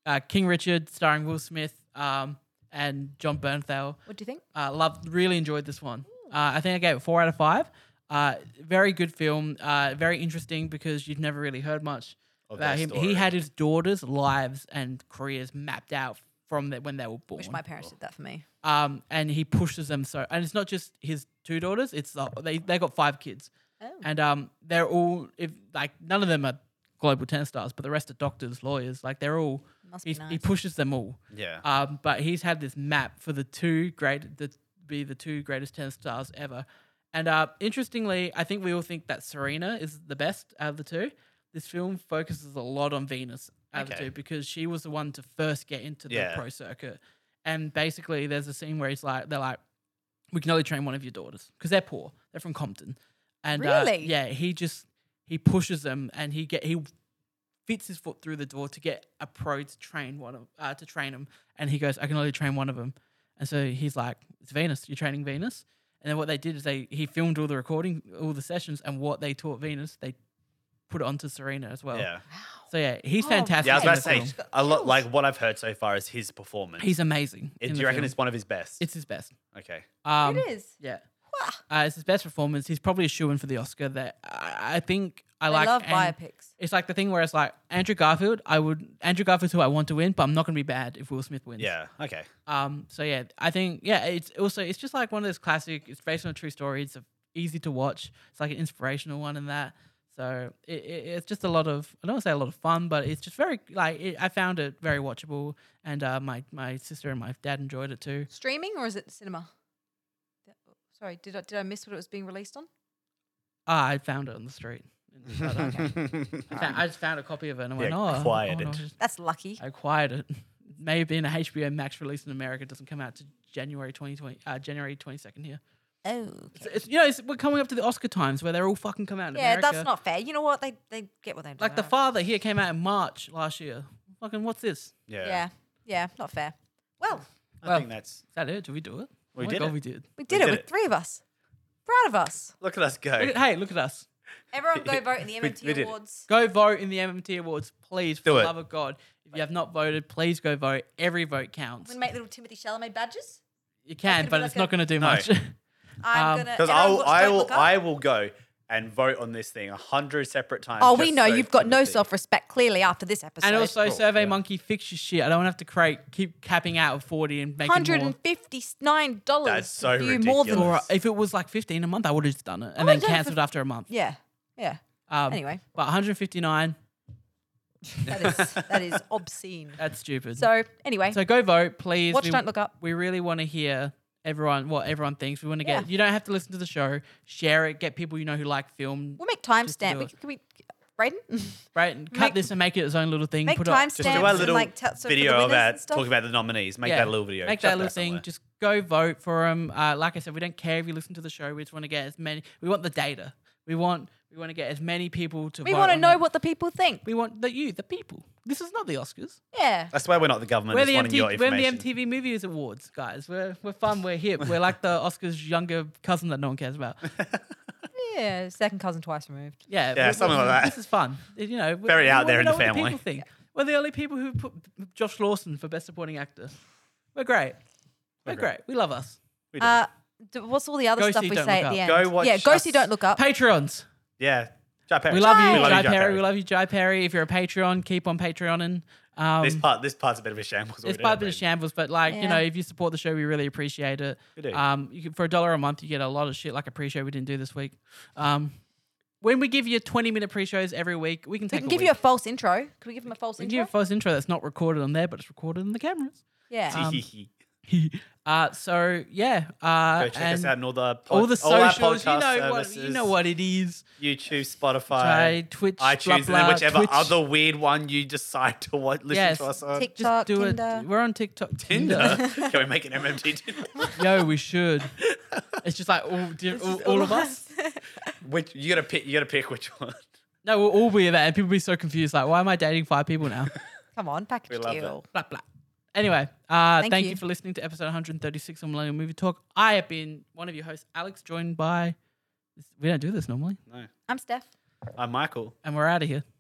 Speaker 1: uh, King Richard, starring Will Smith um, and John Bernthal.
Speaker 2: What do you think?
Speaker 1: Uh, loved, really enjoyed this one. Uh, I think I gave it four out of five. Uh, very good film. Uh, very interesting because you've never really heard much
Speaker 3: Of
Speaker 1: about
Speaker 3: their
Speaker 1: him. He
Speaker 3: story.
Speaker 1: had his daughters' lives and careers mapped out from the, when they were born.
Speaker 2: Wish my parents did that for me.
Speaker 1: um, and he pushes them so. And it's not just his two daughters; it's the, they they got five kids,
Speaker 2: Oh.
Speaker 1: and um, they're all if like none of them are global tennis stars, but the rest are doctors, lawyers. Like they're all.
Speaker 2: Must be
Speaker 1: he's- He
Speaker 2: nice.
Speaker 1: pushes them all.
Speaker 3: Yeah.
Speaker 1: Um, but he's had this map for the two great the be the two greatest tennis stars ever. And uh, interestingly, I think we all think that Serena is the best out of the two. This film focuses a lot on Venus out of the
Speaker 3: Okay.
Speaker 1: two because she was the one to first get into the
Speaker 3: Yeah.
Speaker 1: pro circuit. And basically, there's a scene where he's like, they're like, we can only train one of your daughters because they're poor. They're from Compton. And uh,
Speaker 2: Really?
Speaker 1: yeah, he just he pushes them and he get he fits his foot through the door to get a pro to train one of uh, to train him, and he goes, "I can only train one of them." And so he's like, "It's Venus. You're training Venus." And then what they did is they he filmed all the recording, all the sessions, and what they taught Venus, they put it onto Serena as well.
Speaker 3: Yeah.
Speaker 1: So yeah, he's
Speaker 2: Oh,
Speaker 1: fantastic.
Speaker 3: Yeah, I was
Speaker 1: in
Speaker 3: about to
Speaker 1: the
Speaker 3: say
Speaker 1: film.
Speaker 3: a lot. Like what I've heard so far is his performance.
Speaker 1: he's amazing.
Speaker 3: It-
Speaker 1: in
Speaker 3: do
Speaker 1: the
Speaker 3: you reckon
Speaker 1: film.
Speaker 3: it's one of his best?
Speaker 1: it's his best?
Speaker 3: okay.
Speaker 1: Um,
Speaker 2: it is.
Speaker 1: Yeah.
Speaker 2: Wow.
Speaker 1: Uh, it's his best performance. He's probably a shoe in for the Oscar. That I, I think I
Speaker 2: I,
Speaker 1: like.
Speaker 2: love
Speaker 1: and
Speaker 2: biopics.
Speaker 1: It's like the thing where it's like Andrew Garfield. I would Andrew Garfield's who I want to win, but I'm not going to be bad if Will Smith wins.
Speaker 3: Yeah. Okay.
Speaker 1: Um. So yeah, I think yeah. It's also it's just like one of those classic. It's based on a true story. It's a, easy to watch. It's like an inspirational one and that. So it, it, it's just a lot of I don't want to say a lot of fun, but it's just very like it, I found it very watchable, and uh, my my sister and my dad enjoyed it too.
Speaker 2: Streaming or is it cinema? Th- Sorry, did I, did I miss what it was being
Speaker 1: <laughs>
Speaker 2: released on?
Speaker 1: Ah, I found it on the street. Oh,
Speaker 3: <laughs>
Speaker 1: I, found, I just found a copy of it and I went,
Speaker 3: Yeah,
Speaker 1: oh, I
Speaker 3: acquired
Speaker 1: wonder
Speaker 3: it.
Speaker 1: if
Speaker 2: <laughs> That's lucky.
Speaker 1: I acquired it. <laughs> May have been a HBO Max release in America. It doesn't come out to January 2020, uh, January 22nd here.
Speaker 2: Oh,
Speaker 1: It's, it's- you know, it's, we're coming up to the Oscar times where they're all fucking come out in
Speaker 2: yeah,
Speaker 1: America.
Speaker 2: that's not fair. You know what? They they get what they deserve.
Speaker 1: Like The Father here came out in March last year. Fucking, what's this?
Speaker 3: Yeah.
Speaker 2: Yeah. yeah, not fair. Well,
Speaker 3: I
Speaker 1: Well-
Speaker 3: think that's.
Speaker 1: Is that it? Did we do it? Oh
Speaker 3: We
Speaker 1: my
Speaker 3: did
Speaker 1: God,
Speaker 3: it.
Speaker 1: we did.
Speaker 2: we did it
Speaker 3: did
Speaker 2: with
Speaker 3: it.
Speaker 2: three of us. Proud of us.
Speaker 3: Look at us
Speaker 1: Look
Speaker 3: go.
Speaker 1: at- Hey, look at us.
Speaker 2: Everyone, go vote in the
Speaker 3: <laughs> We-
Speaker 2: MMT
Speaker 3: we did it.
Speaker 2: awards.
Speaker 1: Go vote in the MMT Awards, please. For
Speaker 3: Do
Speaker 1: the
Speaker 3: it.
Speaker 1: love of God. If you have not voted, please go vote. Every vote counts.
Speaker 2: We make little Timothy Chalamet badges.
Speaker 1: You
Speaker 2: could
Speaker 1: can,
Speaker 2: be
Speaker 1: but
Speaker 2: like
Speaker 1: it's
Speaker 2: a-
Speaker 1: not going to do
Speaker 3: No.
Speaker 1: much.
Speaker 2: I'm
Speaker 1: Um,
Speaker 2: gonna.
Speaker 3: Because
Speaker 2: everyone
Speaker 3: I will,
Speaker 2: watch
Speaker 3: I
Speaker 2: Don't
Speaker 3: will,
Speaker 2: Look Up.
Speaker 3: I will go and vote on this thing a hundred separate times.
Speaker 2: Oh, we
Speaker 3: just
Speaker 2: know
Speaker 3: so
Speaker 2: you've got no
Speaker 3: Timothy-
Speaker 2: self-respect clearly after this
Speaker 1: <laughs>
Speaker 2: episode.
Speaker 1: And also,
Speaker 3: cool,
Speaker 1: Survey
Speaker 3: yeah.
Speaker 1: Monkey, fix your shit. I don't want to have to create, keep capping out of 40 and making
Speaker 2: hundred
Speaker 1: more.
Speaker 2: and fifty-nine dollars.
Speaker 3: That's so
Speaker 2: More than
Speaker 3: ridiculous.
Speaker 1: Or if it was like 15 a month, I would have just done it and
Speaker 2: I
Speaker 1: then
Speaker 2: don't know if
Speaker 1: cancelled
Speaker 2: it-
Speaker 1: after a month.
Speaker 2: yeah, yeah.
Speaker 1: Um, <laughs>
Speaker 2: Anyway.
Speaker 1: But 159,
Speaker 2: That is that is
Speaker 1: <laughs>
Speaker 2: obscene.
Speaker 1: that's stupid. Um, So,
Speaker 2: So anyway,
Speaker 1: go vote, please.
Speaker 2: Watch
Speaker 1: we,
Speaker 2: Don't Look Up.
Speaker 1: We really want to hear everyone what everyone thinks. We want to get,
Speaker 2: Yeah.
Speaker 1: you don't have to listen to the show. Share it, get people you know who like film,
Speaker 2: we'll make
Speaker 1: Just to do
Speaker 2: timestamp. We
Speaker 1: it.
Speaker 2: can, can we, <laughs> Brayden,
Speaker 1: right? And cut
Speaker 2: make-
Speaker 1: this and make it its own little thing.
Speaker 2: make
Speaker 1: put it up-
Speaker 2: timestamps
Speaker 3: Just do a
Speaker 2: and
Speaker 3: little
Speaker 2: like tell so for the
Speaker 3: video
Speaker 2: winners and
Speaker 3: about
Speaker 2: stuff.
Speaker 3: talking about the nominees. Make
Speaker 1: Yeah,
Speaker 3: that a little video.
Speaker 1: Make
Speaker 3: Chuck
Speaker 1: that little thing.
Speaker 3: somewhere.
Speaker 1: Just go vote for them. Uh, like I said, we don't care if you listen to the show. We just want to get as many. We want the data. We want we want to get as many people to.
Speaker 2: We
Speaker 1: vote
Speaker 2: want to
Speaker 1: on
Speaker 2: know
Speaker 1: that.
Speaker 2: what the people think.
Speaker 1: we want. The you, the people. This is not the Oscars.
Speaker 2: Yeah,
Speaker 3: That's why we're not the government.
Speaker 1: We're
Speaker 3: it's
Speaker 1: the,
Speaker 3: wanting your
Speaker 1: MTV, we're the
Speaker 3: information.
Speaker 1: MTV Movies Awards, guys. We're we're fun. We're hip. We're like
Speaker 3: <laughs>
Speaker 1: the Oscars' younger cousin that no one cares about.
Speaker 2: yeah. Second cousin twice removed.
Speaker 1: Yeah,
Speaker 3: Yeah,
Speaker 1: we-
Speaker 3: something
Speaker 1: we-
Speaker 3: like that.
Speaker 1: This is fun. You know, we-
Speaker 3: Very
Speaker 1: we
Speaker 3: out
Speaker 1: wanna
Speaker 3: there in
Speaker 1: know
Speaker 3: the
Speaker 1: what
Speaker 3: family.
Speaker 1: people think. We're the only people who put Josh Lawson for best supporting actor. We're great. We're, great.
Speaker 3: We're great.
Speaker 1: We love us.
Speaker 3: We do.
Speaker 2: Uh, d- what's all the other
Speaker 1: Go
Speaker 2: stuff
Speaker 1: see
Speaker 2: we
Speaker 1: Don't
Speaker 2: say
Speaker 1: Look
Speaker 2: at the
Speaker 1: Up.
Speaker 2: end?
Speaker 3: Go watch
Speaker 2: yeah, go see.
Speaker 3: us.
Speaker 2: Don't look up.
Speaker 1: Patrons.
Speaker 3: yeah. Jai Perry.
Speaker 1: We love
Speaker 2: Jai.
Speaker 1: you,
Speaker 2: We love
Speaker 1: Jai Perry. We love you, Jai Perry. If you're a Patreon, keep on Patreoning. Um,
Speaker 3: this part. This part's a bit of a shambles.
Speaker 1: it's part of the shambles, but like you
Speaker 2: Yeah.
Speaker 1: know, if you support the show, we really appreciate it.
Speaker 3: We do.
Speaker 1: Um, you can, for a dollar a month, you get a lot of shit like a pre-show we didn't do this week. Um, when we give you 20 minute pre-shows every week, we can
Speaker 2: We
Speaker 1: take.
Speaker 2: can
Speaker 1: a
Speaker 2: give
Speaker 1: week.
Speaker 2: you a false intro. Can we give them a false
Speaker 1: we can give you
Speaker 2: intro?
Speaker 1: a false intro that's not recorded on there, but it's recorded on the cameras.
Speaker 2: yeah.
Speaker 1: um, <laughs> Uh, so yeah, uh,
Speaker 3: Go check
Speaker 1: and
Speaker 3: us out on all the pod,
Speaker 1: all the
Speaker 3: our
Speaker 1: socials. you
Speaker 3: podcast
Speaker 1: know what you
Speaker 3: services,
Speaker 1: know what it is.
Speaker 3: YouTube, Spotify,
Speaker 1: Jai, Twitch, blah,
Speaker 3: iTunes, and
Speaker 1: blah,
Speaker 3: then whichever
Speaker 1: Twitch.
Speaker 3: other weird one you decide to wa- listen
Speaker 1: Yes.
Speaker 3: to us on.
Speaker 2: Tik-
Speaker 1: Just
Speaker 2: TikTok,
Speaker 1: do
Speaker 2: Tinder.
Speaker 1: it. We're on TikTok,
Speaker 3: Tinder. Can we make an MMT? Tinder?
Speaker 1: <laughs> Yo, we
Speaker 3: <laughs>
Speaker 1: should. It's just like all, di- all, all of us. <laughs>
Speaker 3: which you gotta pick? You gotta pick which <laughs> one.
Speaker 1: No, we'll all be that, and people be so confused. Like, why am I dating five people
Speaker 3: <laughs>
Speaker 1: now?
Speaker 2: Come on, package
Speaker 3: love
Speaker 2: deal.
Speaker 1: blah blah. Anyway, uh, thank,
Speaker 2: Thank
Speaker 1: you.
Speaker 2: you.
Speaker 1: for listening to episode 136 of Millennial Movie Talk. I have been one of your hosts, Alex, joined by. We don't do this normally,
Speaker 3: No,
Speaker 2: I'm Steph.
Speaker 3: I'm Michael.
Speaker 1: and we're out of here.